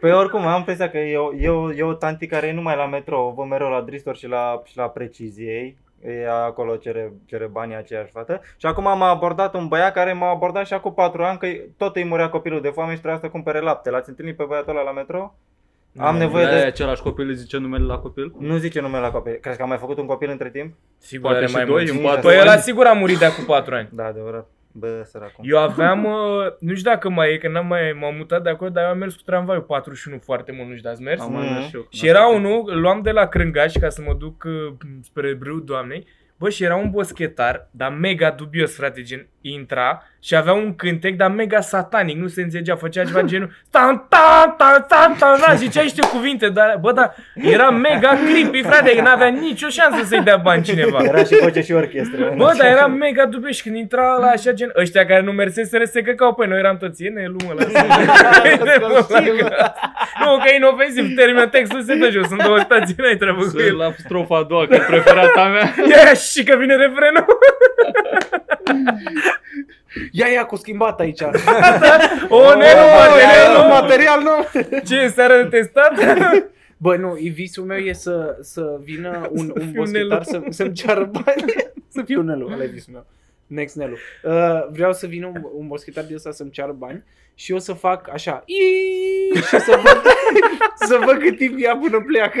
E: Păi oricum, am impresia că e o, e o, e o tanti care e numai la metro, o văd mereu la Dristor și la, și la Preciziei. E acolo cere, cere banii aceeași fată. Și acum m-a abordat un băiat care m-a abordat și acum 4 ani că tot îi murea copilul de foame și trebuia să cumpere lapte. L-ați întâlnit pe băiatul ăla la metro? Am nevoie
F: Da, e
E: de...
F: același copil, îi zice numele la copil.
E: Nu zice numele la copil. Crezi că am mai făcut un copil între timp?
D: Sigur,
F: Poate și doi în
E: mulți.
F: patru
D: Păi ăla
F: ani.
D: sigur a murit de acum 4 ani.
E: Da, adevărat. Bă, săracul.
D: Eu aveam, uh, nu știu dacă mai e, că n-am mai, m-am mutat de acolo, dar eu am mers cu tramvaiul 41 foarte mult, nu știu, ați mers?
F: Am
E: Mm.
F: mai mers și eu.
D: Și era unul, îl luam de la Crângaș ca să mă duc uh, spre Brâu Doamnei. Bă, și era un boschetar, dar mega dubios, frate, gen, intra Și avea un cântec, dar mega satanic, nu se înțelegea, făcea ceva genul tan tan tan tan tan, tan zicea niște cuvinte, dar bă, da, era mega creepy, frate, că n-avea nicio șansă să-i dea bani cineva.
E: Era și voce și orchestră.
D: Bă, dar era mega dubios și când intra la așa gen, ăștia care nu merseseră se căcau pe noi, eram toți, e ne lumă la
F: Da,
D: Nu, că e inofensiv, termină textul, se dă jos, sunt două stații, n-ai treabă cu
F: Să
D: el.
F: la strofa a doua, că e preferata mea.
D: Ia și că vine refrenul.
A: Ia, ia, cu schimbat aici.
F: Oh,
D: O, ne
A: Material,
D: lumă,
A: material nu.
D: Ce, e seara de testat?
A: Bă, nu, e visul meu e să, să vină un, un
D: fiu
A: boschetar să, să-mi ceară bani. să fiu Nelu, ăla e visul meu. Next Nelu. Uh, vreau să vină un, un boschetar de ăsta să-mi ceară bani și eu să fac așa. "Iii", Și să văd, să văd cât timp ia până pleacă.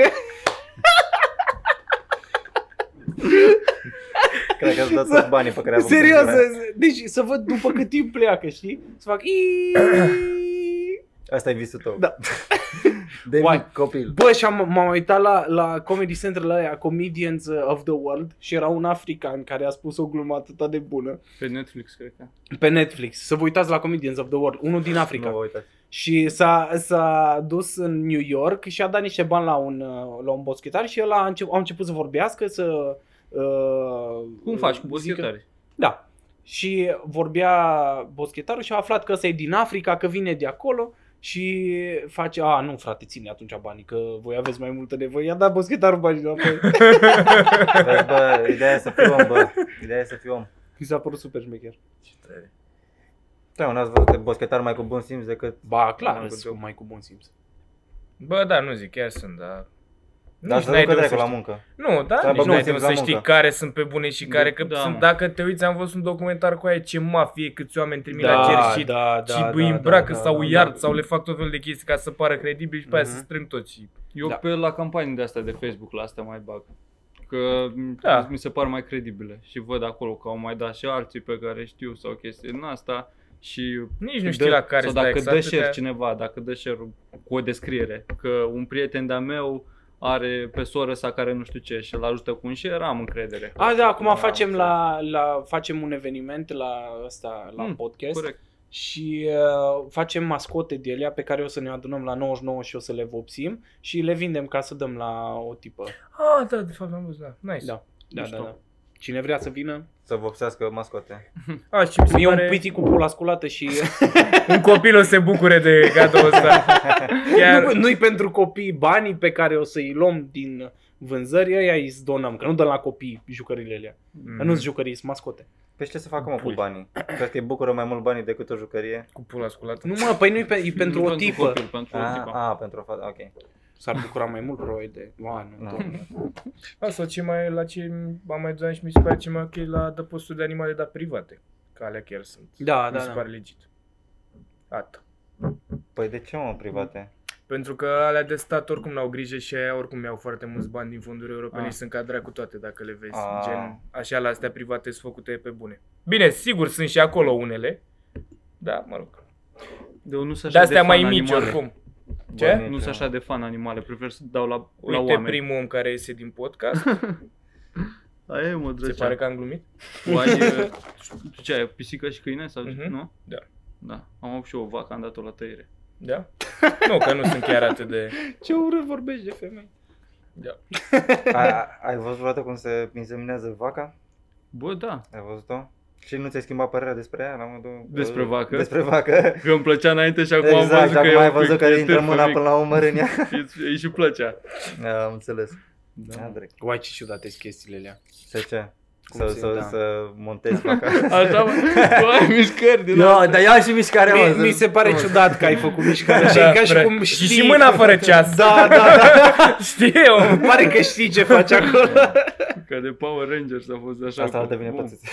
E: Cred că ați dat toți banii pe care aveam.
A: Serios, să- deci să văd după cât timp pleacă, știi? Să fac "Iii".
E: Asta e visul tău.
A: Da.
E: De
A: Uai.
E: mic copil.
A: Bă, și am, m-am uitat la, la Comedy Central aia, Comedians of the World și era un african care a spus o glumă atât de bună
F: Pe Netflix, cred că.
A: pe Netflix. Să vă uitați la Comedians of the World, unul din Africa.
E: Nu vă uitați.
A: Și s-a, s-a dus în New York și a dat niște bani la un, uh, la un boschetar și el a, încep, a început să vorbească, să... Uh,
F: Cum faci cu
A: zică-
F: boschetare?
A: Da. Și vorbea boschetarul și a aflat că ăsta e din Africa, că vine de acolo și face, a, nu frate, ține atunci banii, că voi aveți mai multă nevoie. I-a dat boschetarul banii înapoi.
E: Vezi, Păi, bă, ideea e să fiu om, bă. Ideea e să fiu om.
A: Mi s-a părut super șmecher.
E: Da, mă, n-ați văzut boschetar mai cu bun simț decât...
A: Ba, clar,
E: Mai
A: sunt
E: cu
A: mai cu bun simț.
D: Bă, da, nu zic, chiar sunt, dar...
E: Dar
D: Nici
E: Da, să
D: n-ai
E: ducă
D: de unde
E: dracu
D: să
E: la
D: știi.
E: muncă.
D: Nu,
E: S-a
D: da, nici
E: băgat
D: n-ai de
E: simț la
D: unde să știi
E: muncă.
D: care sunt pe bune și care, că
F: Da,
D: sunt,
F: mă.
D: dacă te uiți, am văzut un documentar cu aia ce mafie, câți oameni trimit la cer și
A: da,
D: și îi îmbracă sau îi iart sau le fac tot felul de chestii ca să pară credibili și pe aia se
A: Mhm.
D: strâng toți. și-
F: Eu
A: Da.
F: pe la campanii de astea de Facebook, la astea mai bag. Că
D: Da.
F: da. mi se par mai credibile și văd acolo că au mai dat și alții pe care știu sau chestii din asta și
D: Nici nu
F: dă-
D: știi la care
F: sau
D: stai
F: dacă
D: exact,
F: dă share
D: atâtea-
F: cineva, dacă dă share cu o descriere, că un prieten de-a meu are pe soră sa care nu știu ce și îl ajută cu un share, am încredere.
A: A, da, acum
F: Am
A: facem,
F: înțeles.
A: la, la, facem un eveniment la, asta, la
D: Hmm,
F: Mm,
A: podcast
F: Corect.
A: și uh, facem mascote de elea pe care o să ne adunăm la 99 și o să le vopsim și le vindem ca să dăm la o tipă.
D: Ah, da, de fapt am văzut, da. Nice.
A: Da, da, da,
F: Mișto.
A: da. Cine vrea să vină,
E: Să vopsească mascote.
D: A, și mi se
A: e un
D: pare-
A: piti cu pula sculată și
D: un copil o să se bucure de gadoul ăsta. Chiar...
A: nu, nu-i pentru copii banii pe care o să-i luăm din vânzări, ăia îi donăm, că nu dăm la copii jucările alea. Mm.
D: Hmm.
A: Nu-s jucării, sunt mascote.
E: Păi ce să facă mă cu banii? Cred că îi bucură mai mult banii decât o jucărie.
D: Cu pula sculată.
A: Nu mă, păi nu-i pe, e pentru
F: Nu
A: o tipă.
F: Copil, pentru o
E: Ah,
F: tipă.
E: a, pentru o fată, ok.
A: S-ar bucura mai mult probabil de... Ba, nu,
E: Nu.
D: Da.
A: doamne.
D: Asta ce mai, la ce am mai dat și mi se pare ce mai ok la adăpostul de animale, dar private. Că alea chiar sunt.
A: Da,
D: mi
A: da,
D: se
A: da.
D: pare legit. Atât.
E: Păi de ce mă private?
D: Pentru că alea de stat oricum n-au grijă și aia oricum iau foarte mulți bani din fonduri europene
F: Ah.
D: și sunt cadrat cu toate dacă le vezi.
E: Ah.
D: Gen, așa la astea private sunt făcute pe bune. Bine, sigur sunt și acolo unele. Da, mă rog.
F: De nu sunt
D: De
F: așa de
D: astea mai
F: fan
D: mici
F: animale.
D: oricum. Ce?
E: Banii
F: Nu
E: ăștia.
F: sunt așa de fan animale, prefer să dau la, la
D: Uite
F: oameni.
D: primul om care iese din podcast.
F: Aia e, mă,
D: Se
A: Deci
F: drăgea.
D: pare că am glumit?
F: Cu ai, uh, ce ai, pisică și câine sau
D: Mhm.
F: mm-hmm. nu?
D: Da.
F: Da, am avut și eu o vacă, am dat-o la tăiere.
D: Da? nu, că nu sunt chiar atât de...
A: Ce urât vorbești de femei.
E: A- Ai văzut vreodată cum se inseminează vaca?
F: Bă, da,
E: Ai văzut-o? Și nu ți-ai schimbat părerea despre ea la modul...
F: Despre vacă?
E: Despre vacă.
F: că îmi plăcea înainte și acum
E: Exact,
F: am văzut
E: acum
F: că e
E: ai
F: un pic-
E: văzut că
F: e
E: intră
F: târfă
E: mâna
F: mic.
E: până la umăr în ea.
F: Și- Îi și plăcea.
E: Da, am înțeles. Da,
F: Da.
E: drept.
A: Uai, ce ciudate sunt chestiile alea.
E: Să ce?
A: Cum
E: Să,
A: se-
E: să,
A: da.
E: să montezi vaca.
F: Așa, mă, bă, ai mișcări din
E: Eu, dar ia și mișcarea, mă.
A: Mi, mi se pare ciudat că ai făcut mișcare și
D: Da,
A: e ca da. și
D: frate.
A: cum știi...
D: Și, și mâna fără ceas.
A: Da, da, da.
D: Știi eu.
A: Pare că știi ce faci acolo.
F: Ca de Power Rangers a fost așa.
E: Asta ar
F: cu-
E: devine
F: bum,
E: pățâțe.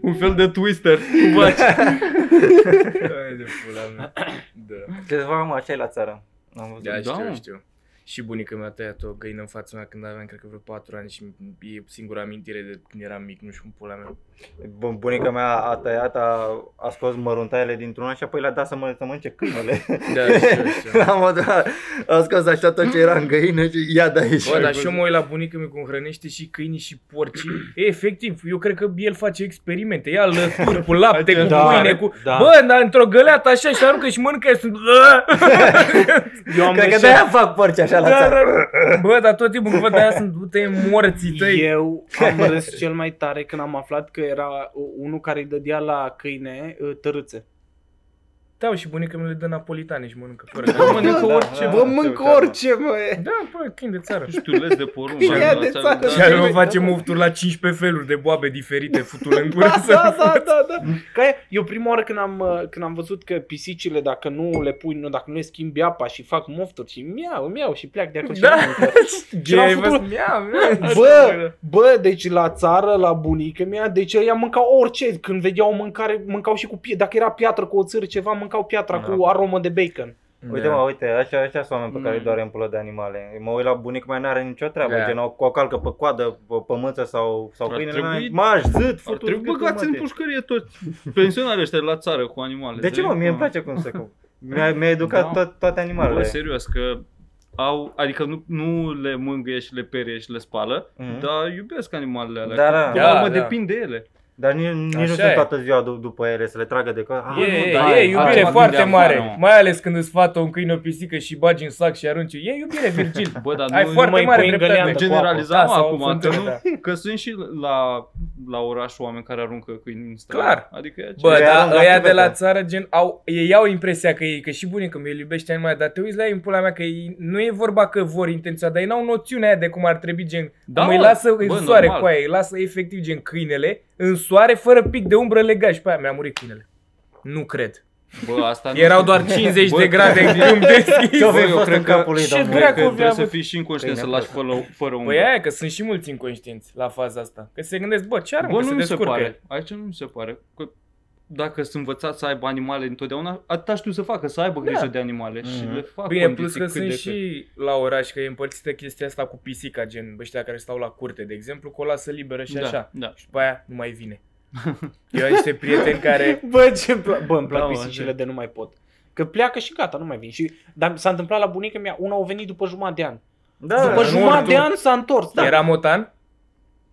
F: Un fel de twister. cu vaci.
D: Hai de pula mea. Da.
E: Câteva, mă, așa e la țară. Am văzut.
D: Da,
F: Da,
D: știu,
F: mă.
D: știu. Și bunica mi-a tăiat o găină în fața mea când aveam, cred că vreo 4 ani și e singura amintire de când eram mic, nu știu cum pula mea.
E: Bun, bunica mea a tăiat, a, a scos măruntaiele dintr-una și apoi le-a dat să, mă, să mănânce câinele.
D: Da, știu, știu.
E: La modul ăla, a scos așa tot ce era în găină și ia de aici.
D: Bă, dar și eu mă uit la bunica mea cum hrănește și câinii și porcii. E, efectiv, eu cred că el face experimente. Ia lăsuri cu lapte, cu
E: Da,
D: pâine, cu...
E: da.
D: Bă, dar într-o găleată așa și aruncă și mănâncă și sunt...
A: Eu am
E: Cred că
A: greșit.
E: de-aia fac porci așa la
D: Da,
E: țară.
D: da, da. Bă, dar tot timpul când văd aia sunt du-te morții tăi.
A: Eu am râs cel mai tare când am aflat că era u- unul care îi dădea la câine uh, tărâțe.
D: Da, și bunica mea le dă napolitane și mănâncă fără.
F: Mănâncă
E: da,
F: orice,
E: da.
F: bă.
A: Bă,
E: te
A: mâncă
E: uita,
A: orice, mă!
D: Da, bă, câini de țară.
F: Știuleț de porumb.
A: Ia
F: la
A: de
F: țară,
A: țară.
F: da.
D: Și
A: Ia
D: ar mă
A: uite,
D: face
A: da.
D: mufturi la 15 feluri de boabe diferite, futul în gură
A: Da,
D: să
A: da, da, da, da. Ca e- eu prima oară când am, uh, când am văzut că pisicile, dacă nu le pui, nu, dacă nu le schimbi apa și fac mofturi și miau, miau și pleac de acolo. și
D: Da.
A: nu mănâncă.
D: Ce ai
A: futul-
D: văzut? Ia, ia.
A: Bă, bă, deci la țară, la bunică mea, deci ea mâncau orice. Când vedeau o mâncare, mâncau și cu pie. Dacă era piatră cu oțâr ceva, mâncau piatra
E: Da.
A: cu aromă de bacon.
E: Uite
D: Da.
E: mă, uite, așa, așa sunt oameni pe care îi
F: Mm.
E: doare în pulă de animale. Mă uit la bunic, mai n-are nicio treabă,
D: Da.
E: gen o, o calcă pe coadă, pe pămânță sau, sau
F: Ar
E: câine,
F: trebui-
E: n-ai- m-aș zât,
F: Ar
E: futul
F: trebui băgați în pușcărie toți pensionarii ăștia la țară cu animale.
E: De ce mă, mie îmi
F: Da.
E: place cum se cum. Mi-a, mi-a educat
F: Da.
E: tot,
F: Bă,
E: toate animalele.
F: serios, că au, adică nu, nu le mângâie și le perie și le spală,
E: Mhm.
F: dar iubesc animalele alea.
E: Da,
F: că
E: da.
F: Până la
D: Da,
F: urmă
D: da.
F: depind de ele.
E: Dar nici, nici nu
D: Așa
E: sunt
D: e.
E: toată ziua du- după ele să le tragă de coadă. Ah,
D: E,
E: nu,
D: e,
E: da,
D: e iubire
E: altceva
D: foarte
F: din
D: mare,
F: afară, mă.
D: mai ales când îți fată un câine o pisică și bagi în sac și arunci. E iubire, Virgil.
F: Bă, dar
D: Ai
F: nu,
D: foarte
F: nu mai
D: mare
F: pui în
D: dreptate.
F: găleandă cu apă. generalizăm
D: Da, sau
F: acum, că,
D: fântână,
F: nu, că sunt și la, la oraș oameni care aruncă câini în stradă.
D: Clar.
F: Adică e
D: Bă,
E: Ce
D: dar
E: arunc la
D: ăia de la
E: cuvete.
D: țară, gen, au, ei au impresia că ei, că și bunica mea iubește animale, dar te uiți la ei în pula mea că ei, nu e vorba că vor intenția, dar ei n-au noțiunea aia de cum ar trebui, gen,
F: Da,
D: da, cum îi
F: mă,
D: lasă
F: bă,
D: în soare
F: normal.
D: cu aia, îi lasă efectiv, gen, câinele în soare fără pic de umbră legat și pe aia mi-a murit câinele. Nu cred.
F: bă, asta Da, nu
D: Erau doar 50
F: Bă,
D: de grade în câmp deschis.
E: Ce-o
F: Bă,
E: fi
F: eu
E: fost
F: cred
E: în
F: că-
E: capul lui,
D: ce
E: domnule?
D: dracu-
F: Cred că
D: Dracu,
F: trebuie să
D: avut-
F: fii și inconștient să
E: Câine
F: lași fără, fără umbră.
D: Păi aia e că sunt și mulți inconștienți la faza asta. Că se gândesc, bă, ce aruncă,
F: Bă,
D: se
F: nu mi se
D: descurcă.
F: pare. Aici nu mi se pare. Că dacă sunt învățați să aibă animale întotdeauna, atâta știu să facă, să aibă grijă de animale și
E: Mhm.
F: le fac
D: Da. Bine, plus
F: condiții
D: că
F: cât
D: sunt
F: de cât.
D: și la oraș, că e împărțită chestia asta cu pisica, gen ăștia care stau la curte, de exemplu, că o lasă liberă și
F: da,
D: așa.
F: Da.
D: Și după aia nu mai vine. Eu am niște prieteni care...
A: Bă, ce îmi plac, bă, îmi plac
F: Da, mă,
A: pisicile
F: așa.
A: de nu mai pot. Că pleacă și gata, nu mai vin. Și, dar s-a întâmplat la bunica mea, una au venit după jumătate de an.
E: Da,
A: După
E: nu,
A: jumătate de
D: oricum.
A: an s-a întors, da.
D: Era motan?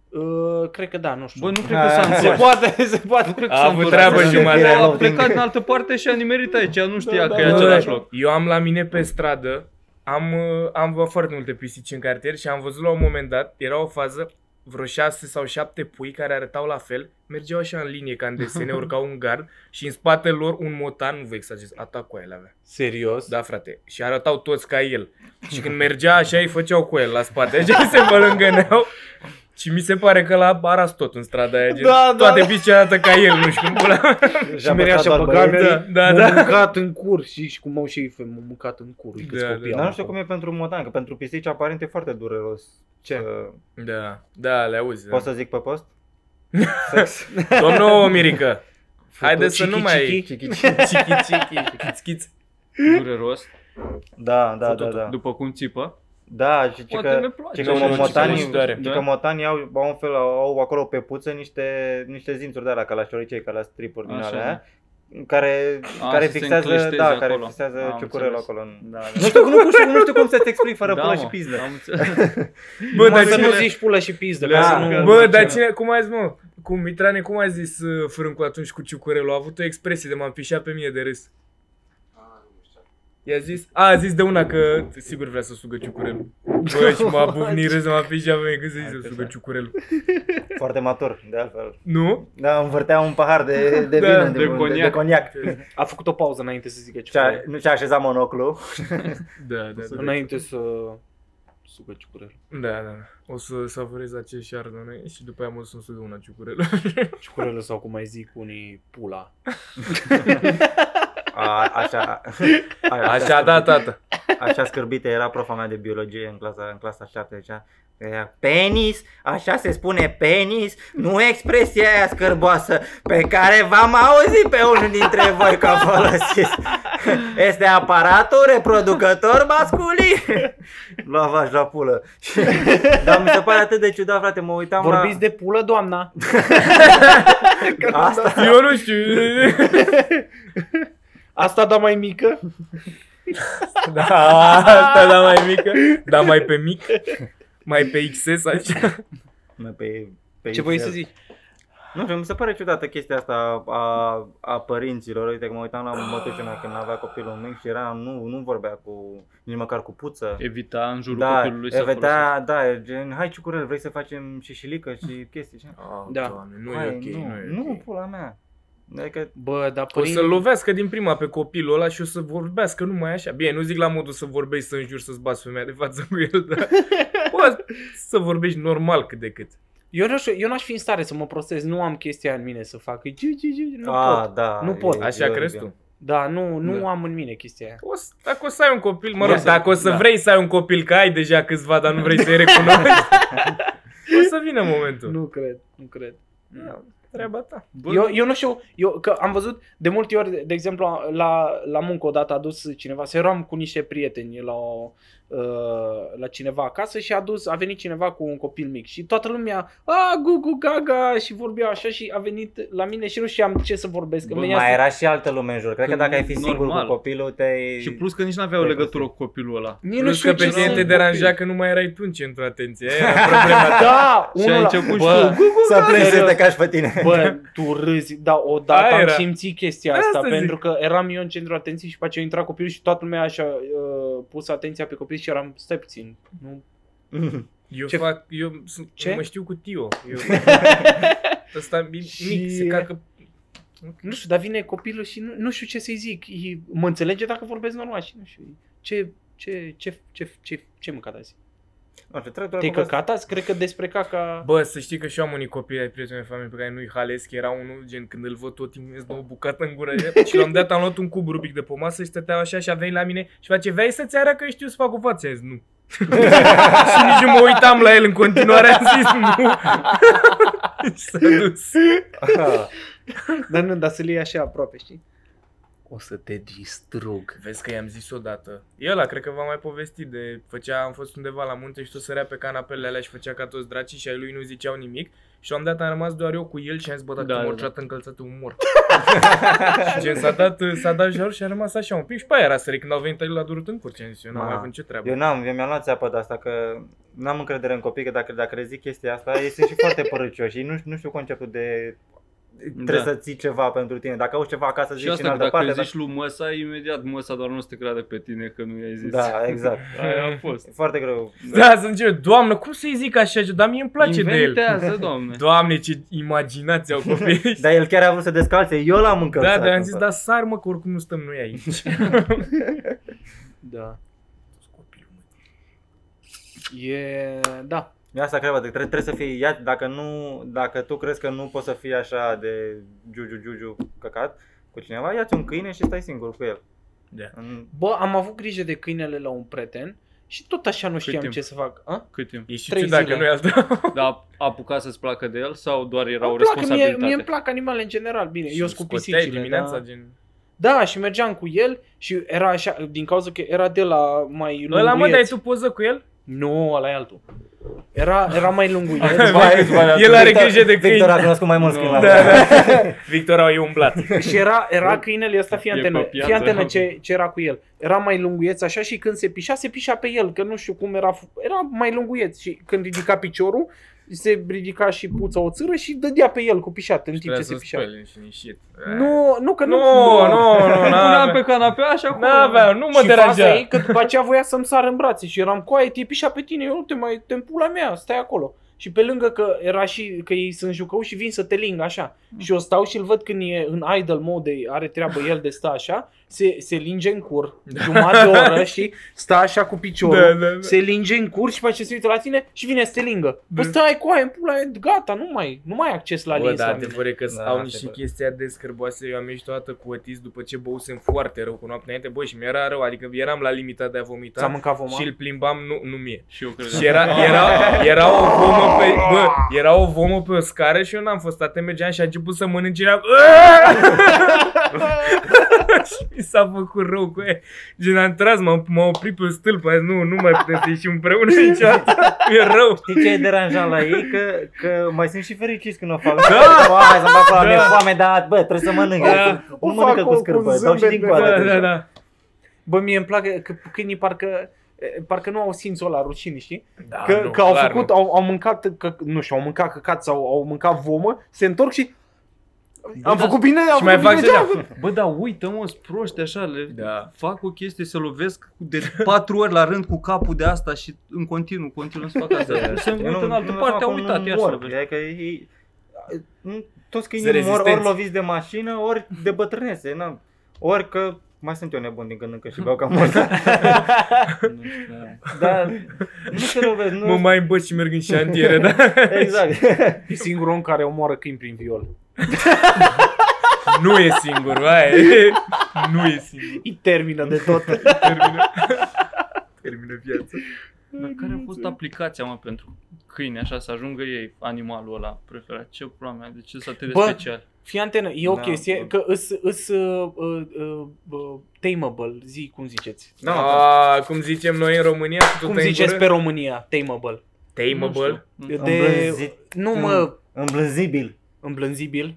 A: Uh, cred că da, nu știu.
F: Bă, nu cred că s-a
A: se
F: întors.
A: poate, se
F: Nu
A: poate.
F: cred că
D: A
F: s-a
D: avut
F: întors.
D: treabă jumătate de an.
F: A plecat în altă parte și a nimerit aici, nu știa
A: Da,
F: că
A: da,
F: e
A: da.
F: același loc.
D: Eu am la mine pe stradă, am, uh, am văzut foarte multe pisici în cartier și am văzut la un moment dat, era o fază, vreo șase sau șapte pui care arătau la fel, mergeau așa în linie ca în desene, urcau un gard și în spatele lor un motan, nu vă exagerez, atac cu el avea.
A: Serios?
D: Da, frate. Și arătau toți ca el. Și când mergea așa, îi făceau cu el la spate. Așa se mălângâneau. Și mi se pare că la aras tot în strada aia. Gen,
A: Da, da,
D: toate
A: da.
D: pisici arată ca el, nu știu cum pula. mea.
A: Și mereu așa pe
D: Da,
A: cameră, da,
D: da, da.
A: da. mâncat în cur și, și cum au și ei, m-au mâncat în cur.
D: Da,
A: Da,
D: da.
A: da,
E: Dar nu știu cum e pentru motan, că pentru pisici aparent e foarte dureros. Ce?
D: Da, da, le auzi. Da.
E: Poți să zic pe post?
D: Domnul Mirică, haideți să
A: Chichi,
D: nu mai...
A: chichi.
D: Chichi, chichi, chichi, chichi.
F: Dureros.
E: Da, da, da,
F: Tot-
E: da.
F: După cum țipă.
E: Da, și ce
F: Poate
E: că...
F: le place.
E: Ce că
D: și
E: unul
D: lor
E: motanii,
D: și doare.
E: ce
F: Da.
E: că motanii au, au un fel, au acolo pe puță niște, niște zințuri de alea, ca la șoricei, ca la stripuri din
F: Așa, da.
E: alea, care,
F: A,
E: care
F: să se
E: fixează,
F: încleșteze
E: da, care
F: acolo.
E: fixează
F: Am
E: ciucurelul
F: înțeles.
E: acolo. în-
F: Da, da.
E: Nu știu, nu, știu, nu știu cum să-ți exprim fără
F: Da,
E: pula
F: mă,
E: și pizdă.
F: Am înțeles.
D: Bă,
A: Numai
D: dar
A: să nu
D: cine...
A: zici pulă și pizdă,
E: Da.
A: ca să nu...
D: Bă, dar cine, cum ai zis, mă? Cum, Mitrane, cum ai zis uh, Frâncu atunci cu Ciucurelu? A avut o expresie de m-am pișat pe mine de râs.
G: A, nu știu.
D: I-a zis, a, a zis de una că sigur vrea să sugă ciucurelul. Bă, și m-a bufnit râs, m-a pișat pe mine când se zice să sugă ciucurelul.
E: Foarte matur, de altfel.
D: Nu?
E: Da, învârtea un pahar de, de
D: Da,
E: vin,
D: de
E: de, de, de,
F: coniac.
E: coniac.
A: A făcut o pauză înainte să zică ce
E: Și-a,
A: vrea.
E: nu și-a așezat monoclu.
D: Da, da, da.
A: Înainte să... Sucă ciucurel.
D: Da, da. O să savorez acest șardone și după aia mă duc să-mi sugă una ciucurelul.
A: Ciucurelul sau cum mai zic unii, pula.
E: A, așa. A,
D: Așa, da, tată.
E: Așa scârbită era profa mea de biologie în clasa, în clasa 7, zicea, "Ea, penis, așa se spune penis, nu expresia aia scârboasă pe care v-am auzit pe unul dintre voi că a folosiți. Este aparatul reproducător masculin. Lua la pulă. Dar mi se pare atât de ciudat, frate, mă uitam la...
A: Vorbiți de pulă, doamna? da.
E: Asta
D: Eu nu știu.
A: Asta da mai mică?
D: da, asta da mai mică. Da mai pe mic. Mai pe XS așa.
E: Mă, Pe, pe
A: Ce voi
E: Excel.
A: să zici?
E: Nu știu, mi se pare ciudată chestia asta a, a părinților. Uite că mă uitam la mătușa mea când avea copilul mic și era, nu, nu vorbea cu, nici măcar cu puță.
F: Evita în jurul
E: Da,
F: copilului să folosească.
E: vedea, da, e gen, hai ciucurel, vrei să facem șișilică și chestii? Și...
A: Da.
D: Ah, Doamne, nu
E: Hai,
D: e ok, nu, e
E: nu,
D: ok.
E: pula mea. Adică,
A: Bă, dar păi,
D: O să
A: părinții...
D: lovească din prima pe copilul ăla și o să vorbească numai așa. Bine, nu zic la modul să vorbești să înjuri să-ți bați femeia de față cu el, dar poți să vorbești normal cât de cât.
A: Eu, nu știu, eu n-aș fi în stare să mă prostez, nu am chestia în mine să fac. Gi, gi, gi, nu
E: a,
A: pot.
E: da.
A: Nu pot.
D: Așa
E: oribil.
D: crezi tu?
A: Da, nu, nu
D: Da.
A: am în mine chestia aia.
D: O să, dacă o să ai un copil, mă rog,
A: Da.
D: dacă o să
A: Da.
D: vrei să ai un copil, că ai deja câțiva, dar nu vrei să-i recunoști, o să vină momentul.
A: Nu cred, nu cred.
D: Da, treaba ta.
F: Bă, da.
A: Eu, eu nu știu, eu, că am văzut de multe ori, de exemplu, la, la muncă odată a dus cineva, să eram cu niște prieteni la, o, uh, la cineva acasă și a dus, a venit cineva cu un copil mic și toată lumea, a, gugu, gaga și vorbea așa și a venit la mine și nu știam ce să vorbesc. Îmi
F: Bă,
A: venea
E: Mai
A: să-
E: era și altă lume în jur. Cred că
F: Când
E: dacă ai fi singur
F: normal.
E: cu copilul, te
F: Și plus că nici n-aveau
E: Stai,
F: legătură cu copilul ăla.
A: Nici nu
D: Plus că
A: știu
D: pe
A: ce
D: tine
A: să
D: te deranja că nu mai erai tu în centru atenție. Aia era problema.
A: Da,
F: Și
A: unul
F: ai
A: la-
F: început și
A: Bă,
F: tu.
E: să plângi să
A: serios.
E: te cași pe tine.
A: Bă, tu râzi, da, odată
D: Aia
A: am
D: era.
A: simțit chestia
D: Asta
A: asta,
D: zic.
A: pentru că eram eu în centrul atenției și pe aceea intra copilul și toată lumea așa uh, pus atenția pe copil și eram, stai puțin, nu...
D: Eu
A: Ce-
D: ce? fac, eu sunt,
A: Ce?
D: ce? mă știu cu Tio. Eu, ăsta mi- mic, se cacă.
A: Nu știu, dar vine copilul și nu, nu știu ce să-i zic, e, mă înțelege dacă vorbesc normal și nu știu, ce, ce, ce, ce, ce, ce mâncat azi?
E: Nu știu, trec doar
A: Te-ai
E: cu asta.
A: căcat azi? Cred că despre caca...
D: Bă, să știi că și eu am unii copii ai prietenii mei familie pe care nu-i halesc, era unul, gen, când îl văd tot timpul, îți dă o bucată în gură. și l-am dat, am luat un cub rubic de pomasă și stăteam așa și a venit la mine și face, vrei să-ți arăt că știu să fac o față? I-am zis, nu. și nici nu mă uitam la el în continuare, am zis, nu. și s-a dus.
A: Dar nu, dar să-l iei așa aproape, știi? O să te distrug.
D: Vezi că i-am zis odată. El ăla, cred că v-am mai povestit de... Făcea, am fost undeva la munte și tot sărea pe canapelele alea și făcea ca toți dracii și ai lui nu ziceau nimic. Și la un moment dat am rămas doar eu cu el și am zis, bă, dacă
F: Da,
D: da,
F: da,
D: mă
F: da.
D: da. încălțat un mor. Și gen, s-a dat, s-a dat jor și a rămas așa un pic. Și pe aia era sărit când au venit el la durut în cur. Și am zis, eu n-am
E: Ma,
D: mai avut nicio treabă.
E: Eu n-am, eu mi-am luat țeapă de asta că n-am încredere în copii, că dacă, dacă le zic chestia asta, ei sunt și foarte părâcioși și nu, nu știu conceptul de trebuie
F: Da.
E: da. să ții ceva pentru tine. Dacă au ceva acasă, zici
F: Și
E: și în
F: asta, că
E: altă
F: dacă
E: parte.
F: îi zici lui Măsa, imediat Măsa doar nu o să te creadă pe tine că nu i-ai zis.
E: dar... Da, exact.
F: Aia a fost.
E: E foarte greu.
D: Da, sunt eu, doamnă, cum să-i zic așa, dar mie îmi place de el. Da.
F: Inventează, doamne.
D: Doamne, ce imaginație au copiii.
E: Dar el chiar a vrut să descalțe, eu l-am încălțat.
D: Da, dar am
E: în
D: zis,
E: fapt.
D: da, sar mă, că oricum nu stăm noi aici.
A: Da. E... Da.
E: E asta cred, că trebuie, trebuie să fii, ia, dacă, nu, dacă tu crezi că nu poți să fii așa de giugiu, giugiu, căcat cu cineva, ia-ți un câine și stai singur cu el.
D: Da.
E: În-
A: Bă, am avut grijă de câinele la un prieten și tot așa nu știam
F: timp?
A: ce să fac. A?
F: Cât timp?
D: E și
A: Trei
D: ciudat că
A: zile.
D: nu e altă.
F: Dar a apucat să-ți placă de el sau doar era o
A: Îmi plac, mie,
F: responsabilitate?
A: mie îmi plac animale în general, bine, eu sunt cu
D: scoteai
A: pisicile,
D: dimineața,
A: da.
D: gen...
A: da, și mergeam cu el și era așa, din cauza că era de la mai
D: Ăla mă, dai
A: lunguieț.
D: tu poză cu el?
A: Nu, ăla e altul. Era, era mai lunguieț.
D: El are
E: Victor-
D: grijă de câini.
E: Victor a cunoscut mai mulți
F: Nu.
E: câini la
F: Da,
E: fel.
D: Victor au umblat.
A: Și era, era câinele ăsta, fii
F: E pe
A: antenă,
F: piață.
A: fii antenă ce, ce era cu el. Era mai lunguieț așa și când se pișa, se pișa pe el, că nu știu cum era, f- era mai lunguieț și când ridica piciorul, se ridica și puța o țâră și dădea pe el cu pișat în timp ce se pișa. Nu, nu că nu.
D: Nu, nu, nu,
F: Îl puneam
D: n-avea.
F: pe canapea și acum...
D: N-avea, nu mă
A: și faza e
D: deranja.
A: că după aceea voia să-mi sară în brațe și eram cu aia, te pișa pe tine, eu nu te mai, te pula mea, stai acolo. Și pe lângă că era și că ei sunt jucău
D: Mm.
A: și vin să te ling așa. Și eu stau și îl văd când e în idle mode, are treabă el de sta așa se, se linge în cur, jumătate de oră, știi? Stă așa cu piciorul,
D: Da, da, da.
A: se linge în cur și face se uită la tine și vine să te lingă. Bă,
D: Da.
A: stai cu aia, în pula aia, gata, nu mai, nu mai ai acces la
D: Bă,
A: linii
D: da,
A: da,
D: adevăr că
E: Da,
D: da, au niște
E: adevăr.
D: chestii atât de scârboase. Eu am ieșit o dată cu otis după ce băusem foarte rău cu noaptea înainte. Bă, și mi-era rău, adică eram la limita de a vomita.
A: S-a mâncat voma?
D: Și îl plimbam, nu, nu mie.
F: Și eu cred.
D: Și era, era, era, o vomă pe, bă, era o vomă pe o scară și eu n-am fost atent, mergeam și a început să mănânc și eram... și mi s-a făcut rău cu ea. Gen, am tras, m-am, m-am oprit pe stâlp, am zis, nu, nu mai putem să ieșim împreună niciodată. E rău.
E: Știi ce e deranjant la ei? Că, că mai sunt și fericiți când o fac. Da! Bă, hai să-mi fac la mine foame, dar bă, trebuie să mănânc.
A: Da.
E: Nu
A: O
E: mănâncă
A: fac
E: cu
A: cu
E: scârbă,
A: zâmbet
E: dau și din
A: de-
E: coadă.
D: Da,
E: trebuie
D: da,
E: să-
D: da.
A: Bă, mie îmi place că câinii parcă e, parcă nu au simțul ăla rușinii, știi? Da, Că, nu, că au
D: clar
A: făcut,
D: nu.
A: au, au mâncat, că, nu știu, au mâncat căcat sau au mâncat vomă, se întorc și am
F: da.
A: făcut bine, am
D: Și mai
A: făcut
D: fac
A: bine,
D: și
A: ce-am
D: așa.
A: făcut?
F: Bă, dar uită mă, sunt proști așa, le
D: Da.
F: fac o chestie, se lovesc de patru ori la rând cu capul de asta și în continuu, continuu să fac asta. Se
E: Da. Eu
F: uită în altă
E: mă
F: parte,
E: fac
F: au
E: un
F: uitat, iar
E: mor,
F: să lovește.
E: Adică ei, nu- toți
D: Sunt
E: câinii mor ori
D: rezistenți.
E: loviți de mașină, ori de bătrânețe. n-am- Ori că mai sunt eu nebun din când în când și beau cam mult. da. Dar nu se lovesc,
D: Mă
E: nu...
D: mai îmbăt și merg în șantiere, da?
E: Exact.
A: E singurul om care omoară câini prin viol.
D: nu e singur, vai. nu e singur.
A: Îi termină de tot.
D: Termină. Termină viața.
F: Dar care a fost aplicația, mă, pentru câine, așa, să ajungă ei animalul ăla preferat? Ce pula mea, de ce s-a atât de
A: Bă,
F: special?
A: Fii antenă, e o
E: Da,
A: chestie
E: bă.
A: că îs, îs uh, uh, uh, uh, tameable, zi cum ziceți.
E: Da, mă,
D: A, cum zicem noi în România, tu
A: cum ziceți pe România, tameable?
D: Tameable?
F: Nu știu. Hm.
A: De,
E: Îmblânzit.
A: nu mă,
E: Îmblânzibil.
A: îmblânzibil.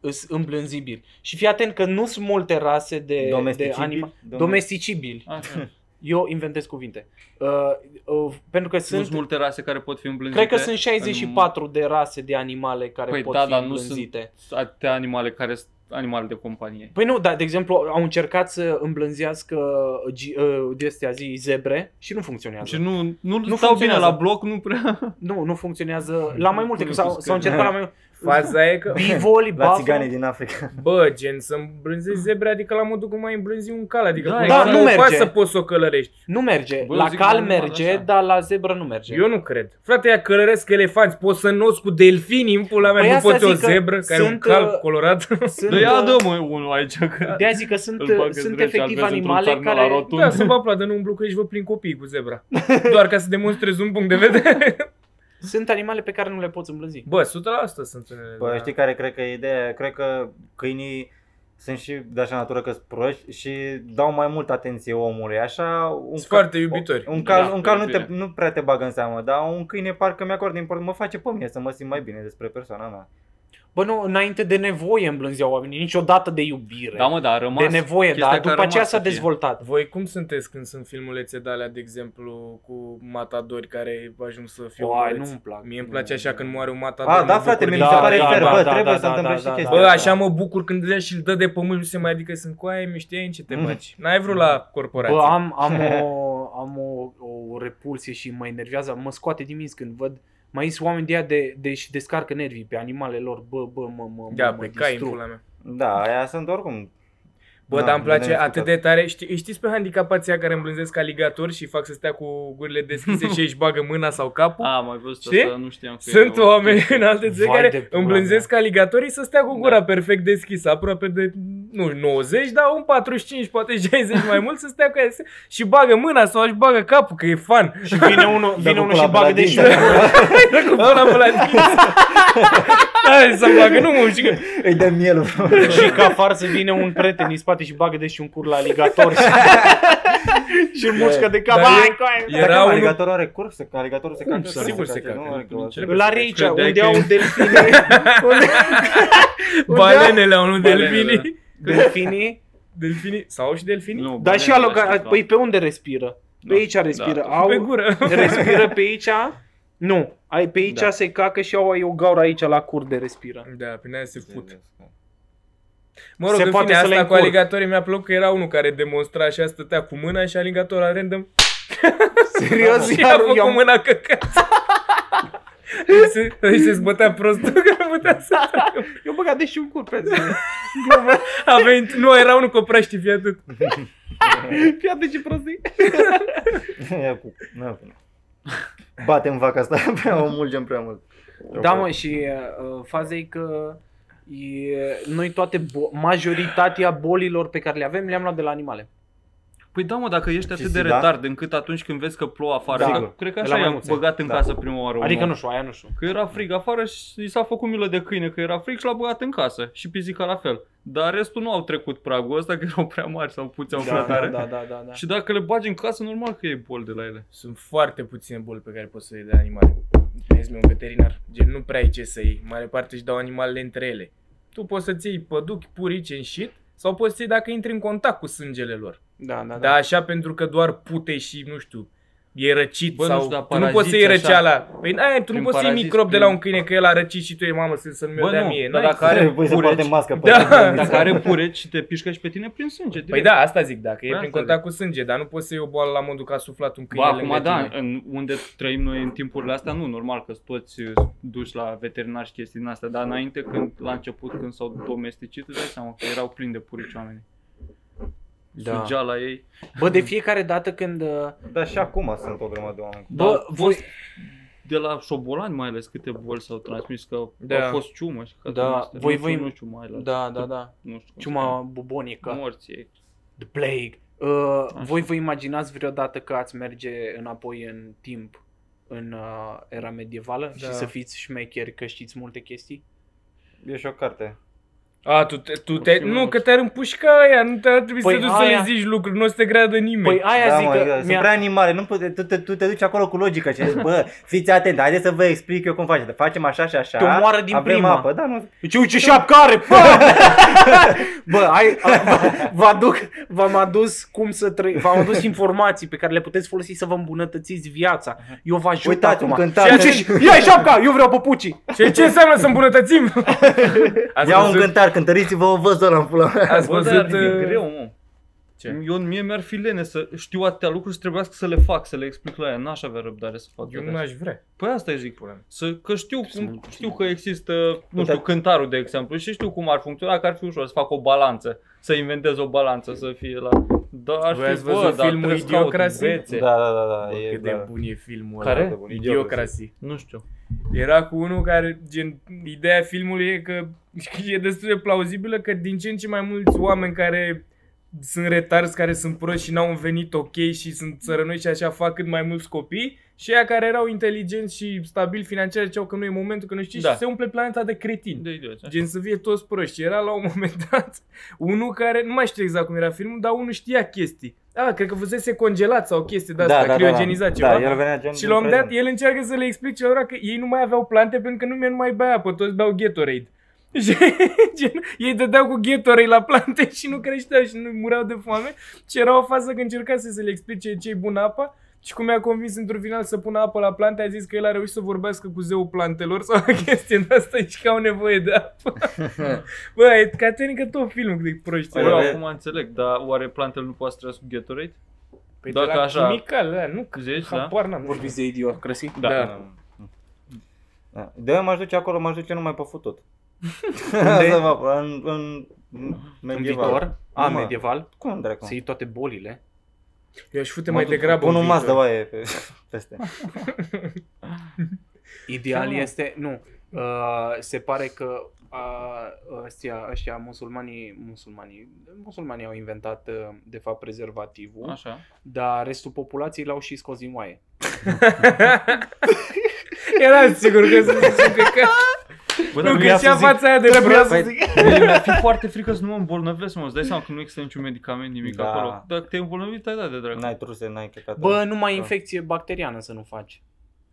A: Îs îmblânzibil. Și fii atent că nu sunt multe rase de, de
E: Domesticibil?
A: animale.
E: Dom-
A: Domesticibil.
F: Așa.
A: Eu inventez cuvinte. Uh, uh, pentru că
F: Sunt
A: sunt,
F: multe rase care pot fi îmblânzite.
A: cred că sunt 64 de rase de animale care
F: Păi
A: pot
F: da,
A: fi
F: dar nu
A: îmblânzite.
F: sunt atâtea animale care sunt animale de companie.
A: Păi nu, dar de exemplu au încercat să îmblânzească gi- uh, de astea zi zebre și nu funcționează.
F: Și nu, nu, nu stau
A: funcționează.
F: bine la bloc, nu prea...
A: Nu, nu funcționează la mai multe,
F: Păi Nu
A: că s-au,
F: cuscă.
A: s-au încercat la mai multe.
D: Faza e că,
A: Bivoli,
E: La
A: bafă.
E: țiganii din Africa.
D: bă, gen, să îmbrânzezi zebre, adică la modul cum mai îmbrânzi un cal, adică
F: Da,
D: cum
F: da,
A: exact. nu
D: o
A: merge.
D: pasă poți să o călărești.
A: Nu merge.
F: Bă, eu
A: la
F: zic
A: cal
F: mai normal,
A: merge,
F: așa.
A: dar la zebră nu merge.
D: Eu nu cred. Frate, ea călăresc elefanți, poți să noți cu delfini în pula mea,
A: Păi
D: nu
A: asta
D: poți o
A: zic că
D: zebră care e un
A: sunt,
D: cal
A: uh,
D: colorat.
A: Sunt,
F: Da, ia
A: uh,
F: dă mă unul aici că...
A: de aia zic că sunt,
F: Îl bagă
A: sunt
F: zdrăci,
A: efectiv
F: albezi într-un
A: animale
F: țarnă la
A: care...
F: rotund.
D: da, să vă aplaudă, nu umblu că ești vă plin copiii cu zebra. Doar ca să demonstrezi un punct de vedere.
A: Sunt animale pe care nu le poți îmblânzi.
D: Bă, 100% sunt unele.
E: Bă,
D: da.
E: Păi știi care cred că e ideea? Cred că câinii sunt și de așa natură că sunt proști și dau mai mult atenție omului. Așa, un
D: Sunt foarte iubitori.
E: Un cal,
F: Da,
E: un cal nu,
F: bine.
E: te, nu prea te bagă în seamă, dar un câine parcă mi-acord important, mă face pe mine să mă simt mai bine despre persoana mea.
A: Bă, nu, înainte de nevoie îmblânzeau oamenii, niciodată de iubire.
F: Da mă, da, a rămas.
A: de nevoie,
F: Chestia
A: dar
F: că a
A: după aceea
F: rămas
A: s-a
F: să fie.
A: dezvoltat.
D: Voi cum sunteți când sunt filmulețe de alea, de exemplu, cu matadori care ajung să fie
A: Oai,
D: omorâți?
A: nu-mi plac.
D: Mie îmi place așa când moare un matador.
E: A,
D: mă
E: da
D: bucur
E: frate,
D: din
E: mi se
A: da,
E: pare
A: da,
E: fair,
A: da,
E: bă,
A: da,
E: trebuie
A: da,
E: să
A: da,
E: întâmple
A: da,
E: și
A: da,
E: chestia
D: Bă,
E: asta.
D: așa mă bucur când le și-l dă de pământ, nu se mai adică sunt cu aia, mi știai în ce te
E: Mm.
D: faci. N-ai vrut la corporație.
A: Bă, am, am, o, am o, o repulsie și mă enervează, mă scoate din minți când văd mai sunt oameni de aia de, de, și descarcă nervii pe animale lor, bă, bă, mă, mă, mă,
D: da,
A: mă
D: pe cai, în
A: distrug.
D: pula mea.
E: Da, aia sunt oricum.
D: Bă,
E: Da,
D: dar îmi place
E: vedem
D: atât
E: discutat.
D: de tare. Ști, știți pe handicapația care îmblânzesc aligatori și fac să stea cu gurile deschise și ei își bagă mâna sau capul?
F: A, am mai văzut
D: Știi?
F: asta, nu știam că
D: Sunt
F: era o
D: oameni
F: chestie.
D: în alte țări
A: Vai de
D: care
A: pula
D: îmblânzesc aligatorii să stea cu
E: Da.
D: gura perfect deschisă, aproape de, nu, 90, dar un 45, poate 60 mai mult să stea cu ea să- și bagă mâna sau își bagă capul, că e fan.
A: Și vine unul, vine
E: cu
A: unul și
E: pula
A: bagă de
E: Bradin.
A: șurubel.
D: Dă cu pula pe la Hai să bagă, nu mă ușcă.
E: Îi dă mielul.
A: Și ca farsă vine un prieten din spate și bagă de și un cur la aligator și, și îl mușcă de cap.
D: Dar
A: Hai, coaie!
E: Dacă
D: Era
E: un
D: unul
E: aligatorul are curs, să- aligatorul se cacă.
D: să sigur se cacă,
E: nu
D: nu
E: are
F: prin
E: că-
F: ce-
A: La aici,
F: Credeai
A: unde
F: că
A: au
F: e-
A: delfini, unde,
D: balenele, unul
F: Balenele, da.
D: delfinii.
A: delfinii,
D: Delfinii, sau și delfinii?
F: Nu,
A: dar și
F: bine,
A: aloca,
F: așa,
A: păi pe unde respiră? Pe
F: Da,
A: aici respiră,
F: da.
A: au,
D: Pe gură.
A: respiră pe aici, nu, ai pe aici
F: Da.
A: se cacă și au ai o gaură aici la cur de respiră.
D: Da, prin aia se fut. Mă
A: Se
D: rog,
A: poate
D: se
A: să
D: poate
A: le
D: asta cu
A: încurc.
D: aligatorii mi-a plăcut că era unul care demonstra și stătea cu mâna și aligatorul la random
A: Serios,
D: și a
A: iar
D: făcut
A: eu am,
D: mâna căcat. Îi se, îi se zbătea prostul că putea să...
A: Eu băgat deși un cur pe zi.
D: A venit, nu, era unul cu o praștie, fii atât.
A: Iată ce prostii.
E: Ia cu- n-am cum. Batem vaca asta, prea o mulgem prea mult.
A: Da, mă, și uh, faza e că e, noi toate, bo- majoritatea bolilor pe care le avem le-am luat de la animale.
F: Păi da, mă, dacă ești atât
E: Și
F: de
E: zi, da?
F: retard încât atunci când vezi că plouă afară,
A: Da.
F: da. cred
A: De
F: că așa
A: la
F: i-am
A: maimuțe.
F: băgat în
E: Da.
F: casă prima oară. un
A: Adică
F: om.
A: nu știu, aia nu știu.
F: Că era frig afară și i s-a făcut milă de câine, că era frig și l-a băgat în casă. Și pizica la fel. Dar restul nu au trecut pragul ăsta, că erau prea mari sau puțeau prea
A: da,
F: tare.
A: da, da, da, da.
F: Și dacă le bagi în casă, normal că e bol de la ele.
D: Sunt foarte puține boli pe care poți să le dai animale. Vezi, un veterinar, gen, nu prea ai ce să iei. În Mare parte își dau animalele între ele. Tu poți să-ți iei păduchi, purici, în shit, sau poți să iei dacă intri în contact cu sângele lor.
A: Da, da,
D: Da,
A: da.
D: așa pentru că doar pute și, nu știu, e răcit
F: Bă, nu
D: sau...
F: știu, dar
D: tu nu poți să iei
F: paraziți așa.
D: răceala. Păi n-ai, tu nu
F: Prin
D: poți să iei
F: paraziți,
D: microb de
F: prin-
D: la un câine că el a răcit și tu e mamă să- să-mi
F: Bă,
D: o dea
F: nu,
D: mie.
F: dar
D: N-ai.
F: dacă are
E: Păi se
F: pureci-
E: poate mască pe
D: Da.
E: da.
F: Dacă are pureci și te pișcă și pe tine, prin sânge.
D: Păi
F: direct.
D: da, asta zic, dacă e
F: Păi
D: prin
F: asta
D: contact cu sânge, dar nu poți să iei o boală la modul că a suflat un câine
F: Ba,
D: lângă
F: acum da,
D: tine.
F: în unde trăim noi în timpurile astea, nu, normal că toți uh, duși la veterinar și chestii din astea, dar înainte, când, la început, când s-au domesticit, îți dai seama că erau plini de purici oamenii. Da.
A: da.
F: Sugea la ei.
A: Bă, de fiecare dată când... uh,
E: Dar și acum sunt o grămadă de oameni.
A: Bă,
F: Bă,
A: voi...
F: de la șobolani mai ales câte boli s-au transmis, că
D: Da.
F: da. au fost ciumă și că
A: Da, voi-
F: nu,
A: voi-
F: nu ciuma, la,
A: Da, da, da.
F: nu știu cum se
A: Ciuma bubonică.
F: cheamă. morții ei.
A: The Plague. Uh, voi vă imaginați vreodată că ați merge înapoi în timp, în uh, era medievală da.
D: Da.
A: și să fiți șmecheri că știți multe chestii?
E: E și o carte.
D: A, tu te, tu te,
F: Oricum,
D: nu, că te-ar împușca aia, nu te-ar trebui
A: Păi
D: să te duci să
A: aia-
D: le zici lucruri, nu o să te creadă nimeni.
A: Păi aia
E: da,
A: zic
E: mă,
A: că
E: sunt
A: mi-a...
E: prea animale, nu pute, tu, te, tu te duci acolo cu logică și zici, bă, fiți atenți, haideți să vă explic eu cum facem, facem așa și așa,
A: Te omoară din
E: avem
A: prima.
E: apă, da, nu,
A: Ce, uite, ce șapcă are! Bă, bă ai, a- vă aduc, v-am adus cum să trăi, v-am adus informații pe care le puteți folosi să vă îmbunătățiți viața. Eu vă ajut
E: uitați un
A: acum.
E: cântar,
A: Ia ce- Ia șapca, eu vreau păpucii.
D: Ce, ce înseamnă să îmbunătățim? Ați
E: ia un
D: văzut-
E: cântare, cântăriți-vă o văză la în pula mea.
D: Ați
F: Bă,
D: văzut...
F: dar e
D: uh,
F: greu, mă.
D: Ce?
F: Eu, mie mi-ar fi lene să știu atâtea lucruri și trebuiască să le fac, să le explic la ea. N-aș avea răbdare să fac
D: Eu
F: toate
D: nu aș vrea.
F: Păi asta îi zic.
D: Pula.
F: Să, că știu, cum, să- știu că există, nu știu,
E: Uite-
F: cântarul de exemplu și știu cum ar funcționa, că ar fi ușor să fac o balanță, să inventez o balanță, să fie la... Da, ar
D: Voi ați
F: fi,
D: văzut
F: bă, dar
D: filmul
F: trebuie să caut
D: Idiocrație?
F: bețe.
E: Da, da, da, da,
D: Bă,
E: e,
D: cât de
E: da.
D: bun e filmul
F: Care?
D: ăla. Idiocrație.
F: Nu știu.
D: Era cu unul care, gen, ideea filmului e că e destul de plauzibilă că din ce în ce mai mulți oameni care sunt retarzi, care sunt proști și n-au un venit ok și sunt țărănoi și așa fac cât mai mulți copii și aia care erau inteligenți și stabili financiar ziceau că nu e momentul, că nu știu
F: Da.
D: și se umple planeta de cretini.
F: De idioți.
D: Gen să fie toți proști. Era la un moment dat unul care, nu mai știu exact cum era filmul, dar unul știa chestii. A, cred că fusese congelat sau chestii de asta, criogenizat
E: da,
D: ceva.
E: Da, el venea gen
D: Și
E: din
D: la un moment dat
E: prezent.
D: el încearcă să le explice celor că ei nu mai aveau plante pentru că nu nu mai bea apă, toți beau Gatorade. Și gen, ei dădeau cu Gatorade la plante și nu creșteau și nu mureau de foame. Și era o fază că încerca să se le explice ce-i bună apa și cum i-a convins într-un final să pună apă la plante, a zis că el a reușit să vorbească cu zeul plantelor sau o chestie de asta și că au nevoie de apă. Bă, e catenică tot filmul cât de proști.
F: Eu
E: Bă,
F: acum înțeleg, dar oare plantele nu poate să trăiască cu Gatorade?
D: Păi
F: dacă
D: de la
F: așa-
D: Chimical, da, nu, că
F: Zici, da?
D: habar n-am.
A: Vorbiți de idiocrasie?
D: Da. da.
E: Da. De aia m-aș duce acolo, m-aș duce numai pe futut. Să mă apă, în, în,
A: În
E: medieval.
A: viitor? A,
E: Mă.
A: medieval?
E: Cum dracu?
A: Să iei toate bolile?
D: Eu aș fute
E: Mă
D: mai
E: duc,
D: degrabă
E: Pun
D: în
E: un mas de
D: viitor.
E: oaie pe, peste.
A: Ideal
F: Ce, mă?
A: este, nu, uh, se pare că uh, ăstia, ăștia musulmanii, musulmanii, musulmanii au inventat uh, de fapt prezervativul, Așa.
F: Așa.
A: dar restul populației l-au și scos din oaie.
D: Eram sigur că sunt un căcat.
F: Bă,
D: Nu,
F: dar
D: că
F: mi-a
D: și
F: să zic-
D: fața aia de prost.
E: Păi,
F: Mie mi-ar fi foarte frică să nu mă îmbolnăvesc, mă, îți dai seama că nu există niciun medicament, nimic
E: Da.
F: acolo. Dacă te-ai îmbolnăvit, ai dat de dracu.
E: N-ai truse, n-ai căcat.
A: Bă, numai
E: Da.
A: infecție bacteriană să nu faci.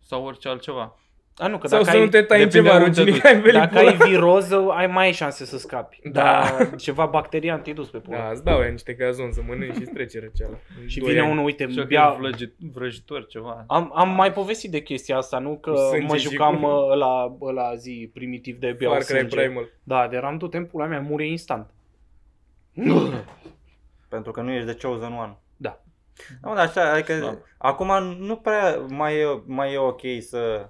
F: Sau orice altceva.
A: A, nu, că
D: Sau
A: dacă
D: să nu
A: ai,
D: te tai în
F: depinde
D: ceva,
F: unde te
D: ruginii
F: duci.
D: ai pe
A: dacă ai viroză, ai mai ai șanse să scapi.
D: Da.
A: Dar ceva bacterian te-ai dus pe pula.
D: Da, îți dau aia niște gazon să mănânci și trece răceala.
A: Și
D: Doi
A: vine
D: ani.
A: unul, uite,
F: Și că
A: bea,
F: e vrăjit- vrăjitor ceva.
A: Am, am mai povestit de chestia asta, nu? Că
D: Cu sânge
A: mă
D: și
A: jucam
D: cu-
A: uh, la, la zi primitiv de beau
D: Far Cry
A: sânge.
D: Primal.
A: Da, de eram tot timpul la mea, murie instant.
E: Pentru că nu ești de chosen one.
A: Da.
E: Da, mă, dar așa, adică
F: Slab.
E: acum nu prea mai e, mai e ok să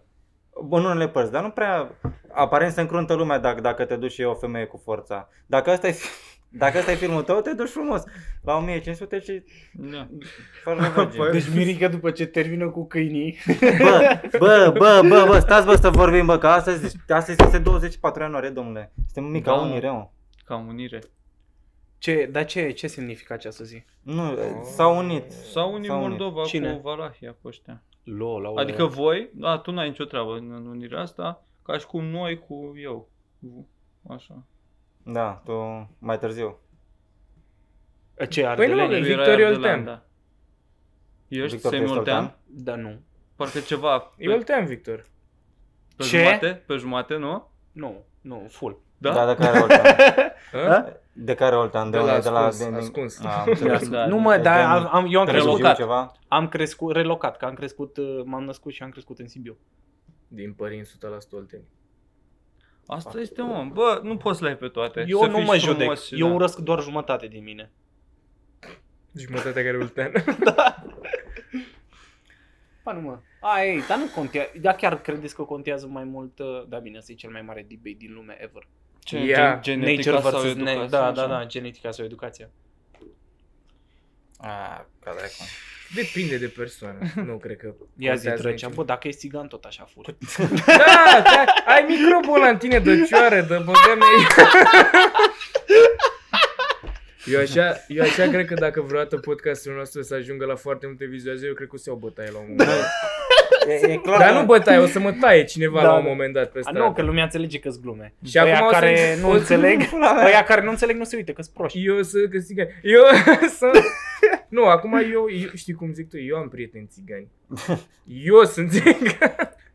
E: în unele părți, dar nu prea aparent se încruntă lumea dacă, dacă te duci o femeie cu forța. Dacă asta e dacă asta e filmul tău, te duci frumos la 1500 și
F: Da.
E: faci
F: Păi,
E: la
A: Deci Mirica după ce termină cu câinii,
E: Bă, bă, bă, bă, bă, stați bă să vorbim, bă, că astăzi, astăzi este 24 ianuarie, domnule. Suntem mica
F: Da.
E: unire, mă.
F: Ca unire.
A: ce, dar ce, ce semnifică această zi?
E: Nu, s-au unit.
F: Sau unii
E: S-au unit.
F: Moldova
A: Cine?
F: cu Valahia cu ăștia.
H: Lol, aoleu.
F: Adică voi, da, tu n-ai nicio treabă în, în unirea asta, ca și cum noi cu eu. Cu- Așa.
E: Da, tu mai târziu.
A: Ce,
D: nu,
A: Ardelenii?
D: că-
F: Tu
A: Păi
F: erai
D: Victor
F: Ardelan,
D: Oltean.
F: Da. Ești
E: Victor
F: semi Oltean?
E: Oltean?
A: da, nu.
F: Parcă ceva pe,
A: Păi-
D: Eu îl team, Victor.
F: pe
A: Ce?
F: jumate, pe jumate, nu?
A: Nu, nu, full.
F: Da?
E: Da, de care Oltan?
D: Hă?
E: De care Oltan? De,
D: De la
E: unde?
D: ascuns, ascuns.
E: Ah, am înțeles.
F: Da,
A: nu
F: da.
A: mă,
E: De
A: dar
E: gen-
A: am, am, eu am
E: Târziu
A: crescut,
F: Relocat.
E: Ceva?
A: am crescut, relocat, că am crescut, uh, m-am născut și am crescut în Sibiu.
D: Din părinți 100% Olteni.
F: Asta este, mă. Bă, nu poți să le ai pe toate.
A: Eu
F: Să
A: nu
F: fii
A: mă
F: și
A: judec,
F: frumos și-
A: eu
F: da.
A: urăsc doar jumătate din mine.
D: Jumătatea care e Oltean.
A: Ba nu mă. A, ei, dar nu contează, dar chiar credeți că contează mai mult, uh, da bine, asta e cel mai mare debate din lume ever.
F: Ce,
D: Ia,
F: gen- genetica
A: Nature
F: sau
A: versus
F: educația,
A: ne- da, da,
F: așa?
A: da, genetica sau educația.
E: Ah, ca dracu.
D: Depinde de persoană. Nu cred că...
A: Ia zi,
D: contează
A: trăceam,
D: niciun-
A: bă, dacă e țigan tot așa fură.
D: Da, da, ai microbul ăla în tine, dăcioară, dă băga mea. Eu așa, eu așa cred că dacă vreodată podcastul nostru să ajungă la foarte multe vizualizări, eu cred că o să iau bătaie la un moment dat.
E: E, e clar.
D: Dar nu bătaie, o să mă taie cineva
A: Da,
D: la un
A: da.
D: moment dat pe
A: A, nu, că
D: stradă.
A: lumea înțelege că-s glume.
D: Și
A: Și aia
D: acum o
A: care
D: să...
A: nu înțeleg, aia care nu înțeleg nu se uită, că-s proști.
D: Eu o să că țigan. Eu o să... Nu, acum eu, eu, știi cum zic tu, eu am prieteni țigani. Eu sunt țigan.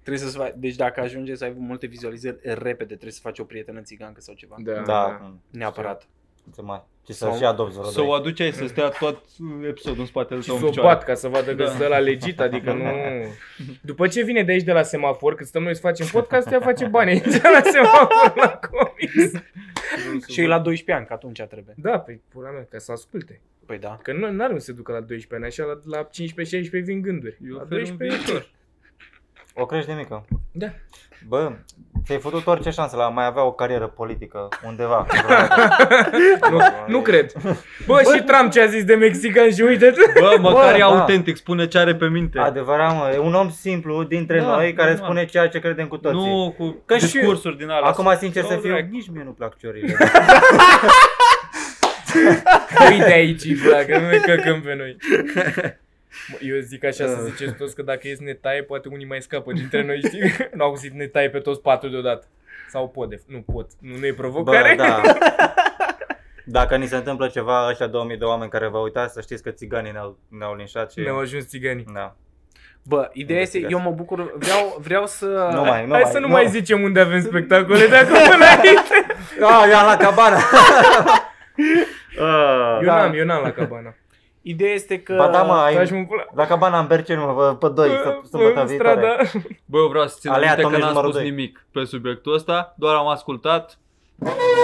A: Trebuie să deci dacă ajunge să ai multe vizualizări repede, trebuie să faci o prietenă țigancă sau ceva.
E: Da, cum,
A: Neapărat.
E: ce mai. Și să
A: Sau-
E: și adopți vreo
F: Să o
E: doi.
F: aduceai să stea tot episodul în spatele
D: Și
F: tău în
D: să o
F: picioare.
D: bat ca să vadă că
F: Da.
D: stă la legit, adică nu... După ce vine de aici de la semafor, când stăm noi să facem podcast, ea face bani aici la semafor la comics.
A: Și e la 12 ani, că atunci trebuie.
D: Da, pe pula mea, ca să asculte.
A: Păi da.
D: Că nu are unde se ducă la 12 ani, așa la, la 15-16 vin gânduri.
F: Eu
D: la
F: ofer un viitor.
E: O crești de mică.
D: Da.
E: Bă, ți-ai făcut orice șansă la a mai avea o carieră politică undeva.
D: Nu, nu cred. Bă, și Trump ce a zis de mexican și uite-te.
F: Bă, măcar
E: Bă,
F: e
E: da.
F: autentic, spune ce are pe minte.
E: Adevărat, mă, e un om simplu dintre
F: Da,
E: noi care
F: da.
E: spune ceea ce credem cu toții.
F: Nu cu
E: Că și-
F: discursuri din alea.
E: Acum, sincer
F: Sau
E: să fiu,
F: dracu.
E: nici mie nu plac ciorile.
D: Uite aici, bă, că nu ne căcăm pe noi. Mă, Eu zic așa
E: Ah.
D: să ziceți toți că dacă ești ne taie, poate unii mai scapă dintre noi, știi? Nu au auzit ne taie pe toți patru deodată. Sau pot, de f- nu pot, nu, nu e provocare.
E: Bă, da. Dacă ni se întâmplă ceva, ăștia 2000 de oameni care vă uitați, să știți că țiganii ne-au, ne-au linșat și...
D: Ne-au ajuns țiganii.
E: Da.
A: Bă, ideea este, eu mă bucur, vreau, vreau să...
E: Nu mai, nu
D: Hai
E: mai,
D: să nu mai zicem unde avem spectacole de acum înainte.
E: Ah, eu am la cabana. Ah.
D: Eu n-am, eu n-am la cabana.
A: Ideea este că...
E: Ba da, mă,
D: Tragi
E: ai...
D: mă pula.
E: La cabana în Berceni, mă, vă- pe doi, sâ- sâmbătă
D: În
E: viitoare.
D: strada.
F: Bă, eu vreau să țin
E: Alea
F: minte că
E: Tomei
F: n-am
E: numărul
F: spus
E: doi.
F: nimic pe subiectul ăsta, doar am ascultat.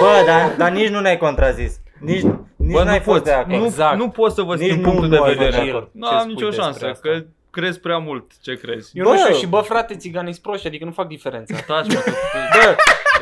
E: Bă, dar, dar nici nu ne-ai contrazis. Nici, nici
F: Bă,
E: n-ai
F: nu
E: fost
F: poți,
E: de acord.
F: nu,
A: Exact.
F: nu pot să vă
E: Nici
F: schimb
E: nu-
F: punctul
E: nu
F: de
E: ai fost de
F: vedere.
E: acord.
F: Nu
E: Ce
F: am
E: spui
F: nicio
E: despre
F: șansă,
E: asta?
F: că crezi prea mult ce crezi.
A: Eu nu
E: Bă!
A: știu și bă frate, țiganii sunt proști, adică nu fac diferența.
F: Taci, mă, că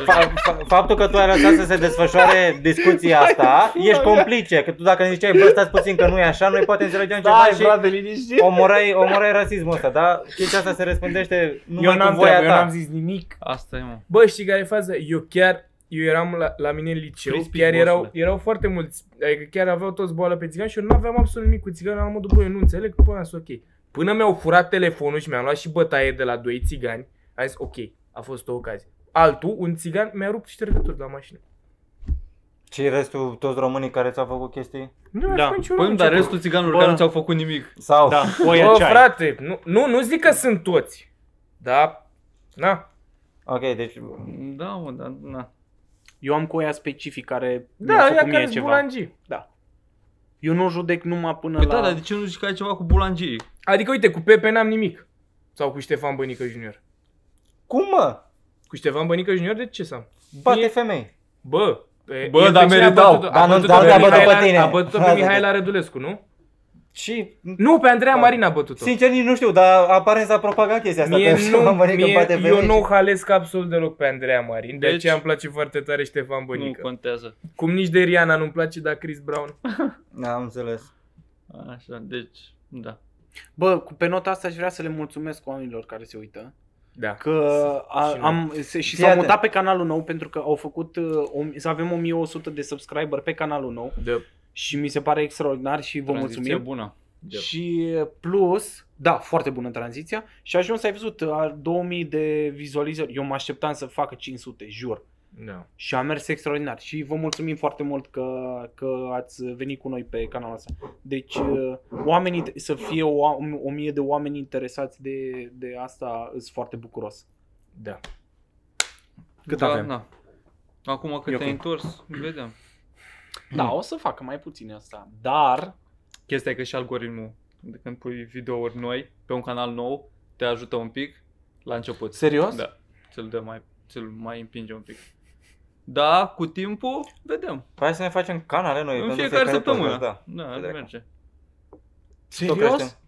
E: Bă, fa- fa- faptul că tu ai lăsat să se desfășoare discuția asta, ești complice. Că tu dacă ne ziceai, bă, stați puțin că nu e așa, noi poate înțelegeam
A: Da,
E: ceva și
A: liniștit.
E: omorai, omorai rasismul ăsta, dar chestia asta se răspândește
A: Eu
E: numai cu
A: n-am
E: voia
A: treabă, eu
E: ta.
A: n-am zis nimic.
F: Asta e, mă.
D: Bă, știi care e faza? Eu chiar, eu eram la, la mine în liceu,
F: Crispy,
D: chiar erau,
F: bossule.
D: erau foarte mulți, adică chiar aveau toți boală pe țigan și eu nu aveam absolut nimic cu țigan, am modul, bă, eu nu înțeleg, bă, asta ok. Până mi-au furat telefonul și mi-am luat și bătaie de la doi țigani, am zis, ok, a fost o ocazie. Altul, un țigan, mi-a rupt ștergături de la mașină.
E: Și restul, toți românii care ți-au făcut chestii?
D: Nu mi-a
A: Da.
D: făcut niciun
F: Păi nu,
D: rău,
F: dar
D: ce-
F: restul țiganilor
A: Bă.
F: care nu ți-au făcut nimic.
E: Sau?
A: Da, o ia
D: Bă,
A: ceai.
D: frate, nu, nu, nu zic că sunt toți, da, na,
E: Ok, deci...
F: Da, mă, dar na.
A: Eu am cu aia specific care mi-a
D: da, ea
A: făcut mie
D: care
A: ceva.
D: sunt
A: Eu nu judec numai până
F: Păi
A: la...
F: da, dar de ce nu zici că ai ceva cu bulangii?
D: Adică, uite, cu Pepe n-am nimic. Sau cu Ștefan Bănică Junior.
E: Cum mă?
D: Cu Ștefan Bănică Junior, de ce să am?
E: Bate
D: E-
E: femei.
D: Bă, e-
F: Bă,
D: el
F: dar
D: de ce
F: meritau.
D: A
E: Dar nu-
D: bătut-o
E: dar
D: pe
E: nu te-a bătut pe
D: Mihaela-
E: tine.
D: A bătut-o pe
E: Frate.
D: Mihaela Rădulescu, nu?
E: Și
D: Nu, pe Andreea Marin a bătut-o.
E: Da. Sincer, nici nu știu, dar aparent s-a propagat chestia asta.
D: Mie
E: că
D: nu,
E: am văzut că
D: mie,
E: bate
D: eu
E: Venezia.
D: nu halesc absolut deloc pe Andreea Marin, de
F: Deci-
D: aceea îmi place foarte tare Ștefan
F: Nu
D: Bănică.
F: contează.
D: Cum nici de Rihanna nu-mi place, dar Chris Brown.
E: Da, am înțeles.
F: Așa, deci, da.
A: Bă, cu- pe nota asta aș vrea să le mulțumesc oamenilor care se uită.
D: Da.
A: Că a,
D: Și noi.
A: am, se, și
E: Fii
A: s-au
E: atent.
A: mutat pe canalul nou pentru că au făcut, uh, o, să avem 1100 de subscriber pe canalul nou
D: De,
A: și mi se pare extraordinar și vă
F: Tranziție
A: mulțumim.
F: bună.
D: de.
A: Și uh, plus, da, foarte bună tranziția și a ajuns, ai văzut, a 2000 de vizualizări. Eu mă așteptam să facă 500, jur.
D: Da.
A: Și a mers extraordinar și vă mulțumim foarte mult că, că ați venit cu noi pe canalul ăsta. Deci, uh, oamenii, să fie o, o mie de oameni interesați de, de asta, sunt foarte bucuros.
D: Da.
A: Cât
F: da,
A: avem?
F: Da. Acum că
A: Eu
F: te-ai
A: cum?
F: întors, vedem.
A: Da, o să facă mai puțin asta, dar
F: Chestia e că și algoritmul, de când pui videouri noi pe un canal nou, te ajută un pic la început.
A: Serios?
F: Da. Ți-l, dă mai, ți-l mai împinge un pic. Da, cu timpul, vedem.
E: Păi hai să ne facem canale noi.
F: în
E: Păi, pentru
F: fiecare, săptămână.
E: podcast,
F: da, ar
E: Dracu.
F: merge.
E: Tot
A: serios?
E: creștem.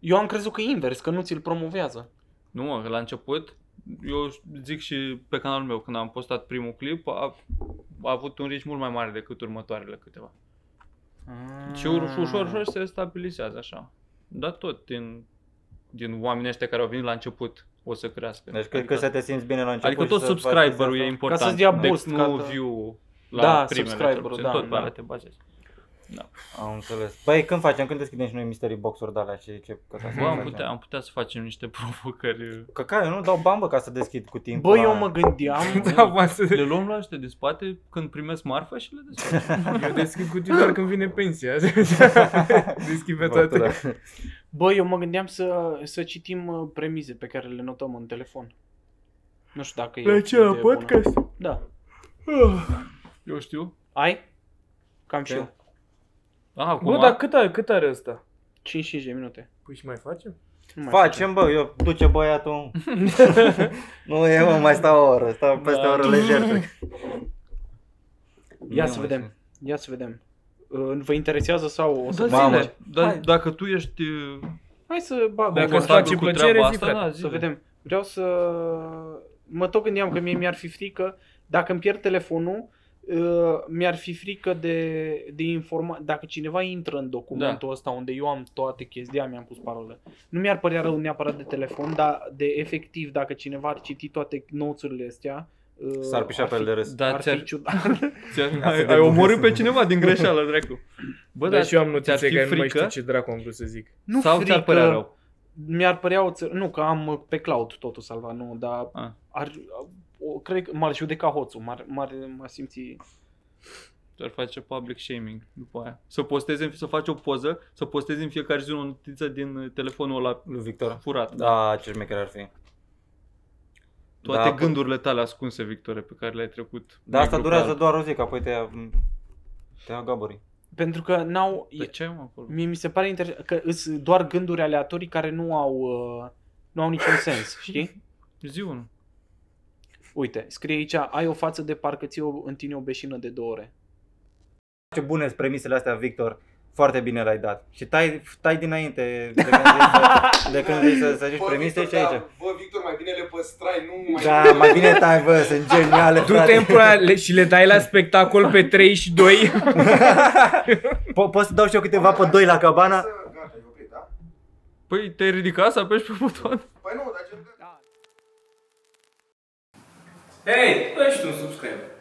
A: Eu am crezut că e invers, că nu ți-l promovează.
F: Nu, mă, că la început, eu zic și pe canalul meu, când am postat primul clip, a, a avut un ritm mult mai mare decât următoarele câteva.
A: Ah.
F: Și
E: Ah.
F: ușor, ușor, ușor se stabilizează așa. Dar tot din, din oamenii ăștia care au venit la început o să crească.
E: Deci cred că să te simți bine la început.
F: adică tot
E: și să faci
F: subscriberul e
E: chestia asta.
F: important.
A: Ca să-ți dea
F: deci
A: boost,
F: nu
A: ca că-
F: view la
A: Da,
F: primele
A: subscriberul,
F: interrupții,
A: da,
F: tot pe
A: da.
F: alea te bazezi.
E: Am înțeles. Păi când facem? Când deschidem și noi mystery box-uri de alea și ce căcat
F: Bă, am putea, am putea să facem niște provocări.
E: Că ca eu nu dau bani, bă, ca să deschid cu timpul.
A: Bă,
E: la-
A: eu mă gândeam,
D: Da, mă, să-
F: Le luăm la ăștia de spate când primesc marfă și le desfacem.
D: eu deschid cutii doar când vine pensia. deschid pe toate.
E: Factura.
A: bă, eu mă gândeam să, să citim uh, premize pe care le notăm în telefon. Nu știu dacă e o idee bună. Da.
F: Eu știu.
A: Ai? Cam și eu.
F: Ah, acum,
D: Bă, dar cât are, cât are ăsta?
A: 5-5 de minute.
D: Păi și mai facem?
A: Nu mai
E: Facem, bă, eu duce băiatul. nu, eu mă, mai stau o oră,
F: Da.
E: stau peste o oră lejer. cred.
A: Ia
E: Nu
A: să
E: mai
A: vedem. Ia să vedem. Uh, Vă interesează sau o să...
F: da,
E: Mamă.
F: zile, dar dacă tu ești uh,
A: Hai să bagăm.
D: Dacă
A: o
D: îți
A: oră.
D: face
F: cu
D: plăcere,
F: treaba
D: zi,
F: asta,
D: frate.
F: da,
A: Să
F: zile.
A: vedem. Vreau să... Mă tot gândeam că mie mi-ar fi frică, dacă îmi pierd telefonul, uh, mi-ar fi frică de, de informa... Dacă cineva intră în documentul
E: Da.
A: ăsta unde eu am toate chestia, mi-am pus parolă. Nu mi-ar părea rău neapărat de telefon, dar de efectiv, dacă cineva ar citi toate noțurile astea, uh,
E: S-ar pișa
A: ar
E: pe
A: fi-
E: el de râs.
F: Da,
A: ar
F: ți-ar,
A: fi ciudat.
F: ți-ar,
E: Asta
F: ai,
E: de
F: ai
E: bun.
F: omorât pe cineva din greșeală, dracu. Bă,
D: Bă, dar și Deci eu am
F: ți-ar
D: notițe
F: fi
D: că nu mai
F: frică?
D: știu ce dracu am vrut să zic.
A: Nu
F: Sau ți-ar părea rău?
A: Mi-ar părea o ță... Nu, că am uh, pe cloud totul salvat, nu, dar
F: Ah.
A: ar... uh, O, cred că m-ar judeca hoțul, m-ar, m-ar, m-ar simți...
F: Ți-ar face public shaming după aia. Să postezi, în- să faci o poză, să postezi în fiecare zi o notiță din uh, telefonul ăla
E: Lui Victor.
F: furat.
E: Da, ce șmecher ar fi.
F: Toate
E: da,
F: gândurile tale ascunse, Victore, pe care le-ai trecut.
E: Dar asta
F: negru pe
E: durează
F: alb.
E: doar o zi, că apoi te ia, te ia gaburii.
A: Pentru că n-au...
F: De
E: da.
F: ce, mă, acolo?
A: Mie mi se pare inter... că sunt doar gânduri aleatorii care nu au, uh, nu au niciun sens, știi?
F: Zi unul.
A: Uite, scrie aici, ai o față de parcă ți o în tine o beșină de două ore.
E: Ce bune sunt premisele astea, Victor. Foarte bine le-ai dat. Și tai, tai dinainte de când zici să, de când zici să, să zici
G: Bă,
E: premise
G: Victor,
E: și aici.
G: da, Bă, Victor, mai bine le păstrai, nu mai...
E: Da, mai bine tai, bă, sunt geniale,
D: Du-te în
E: frate.
D: pula le- și le dai la spectacol pe 3 și 2.
E: Po- Poți să dau și eu câteva pe doi la cabana?
G: Să- Gata, ai oprit, da?
F: Păi te-ai ridicat să apeși pe buton?
G: Păi nu, dar ce...
D: Hei, ești un subscriber.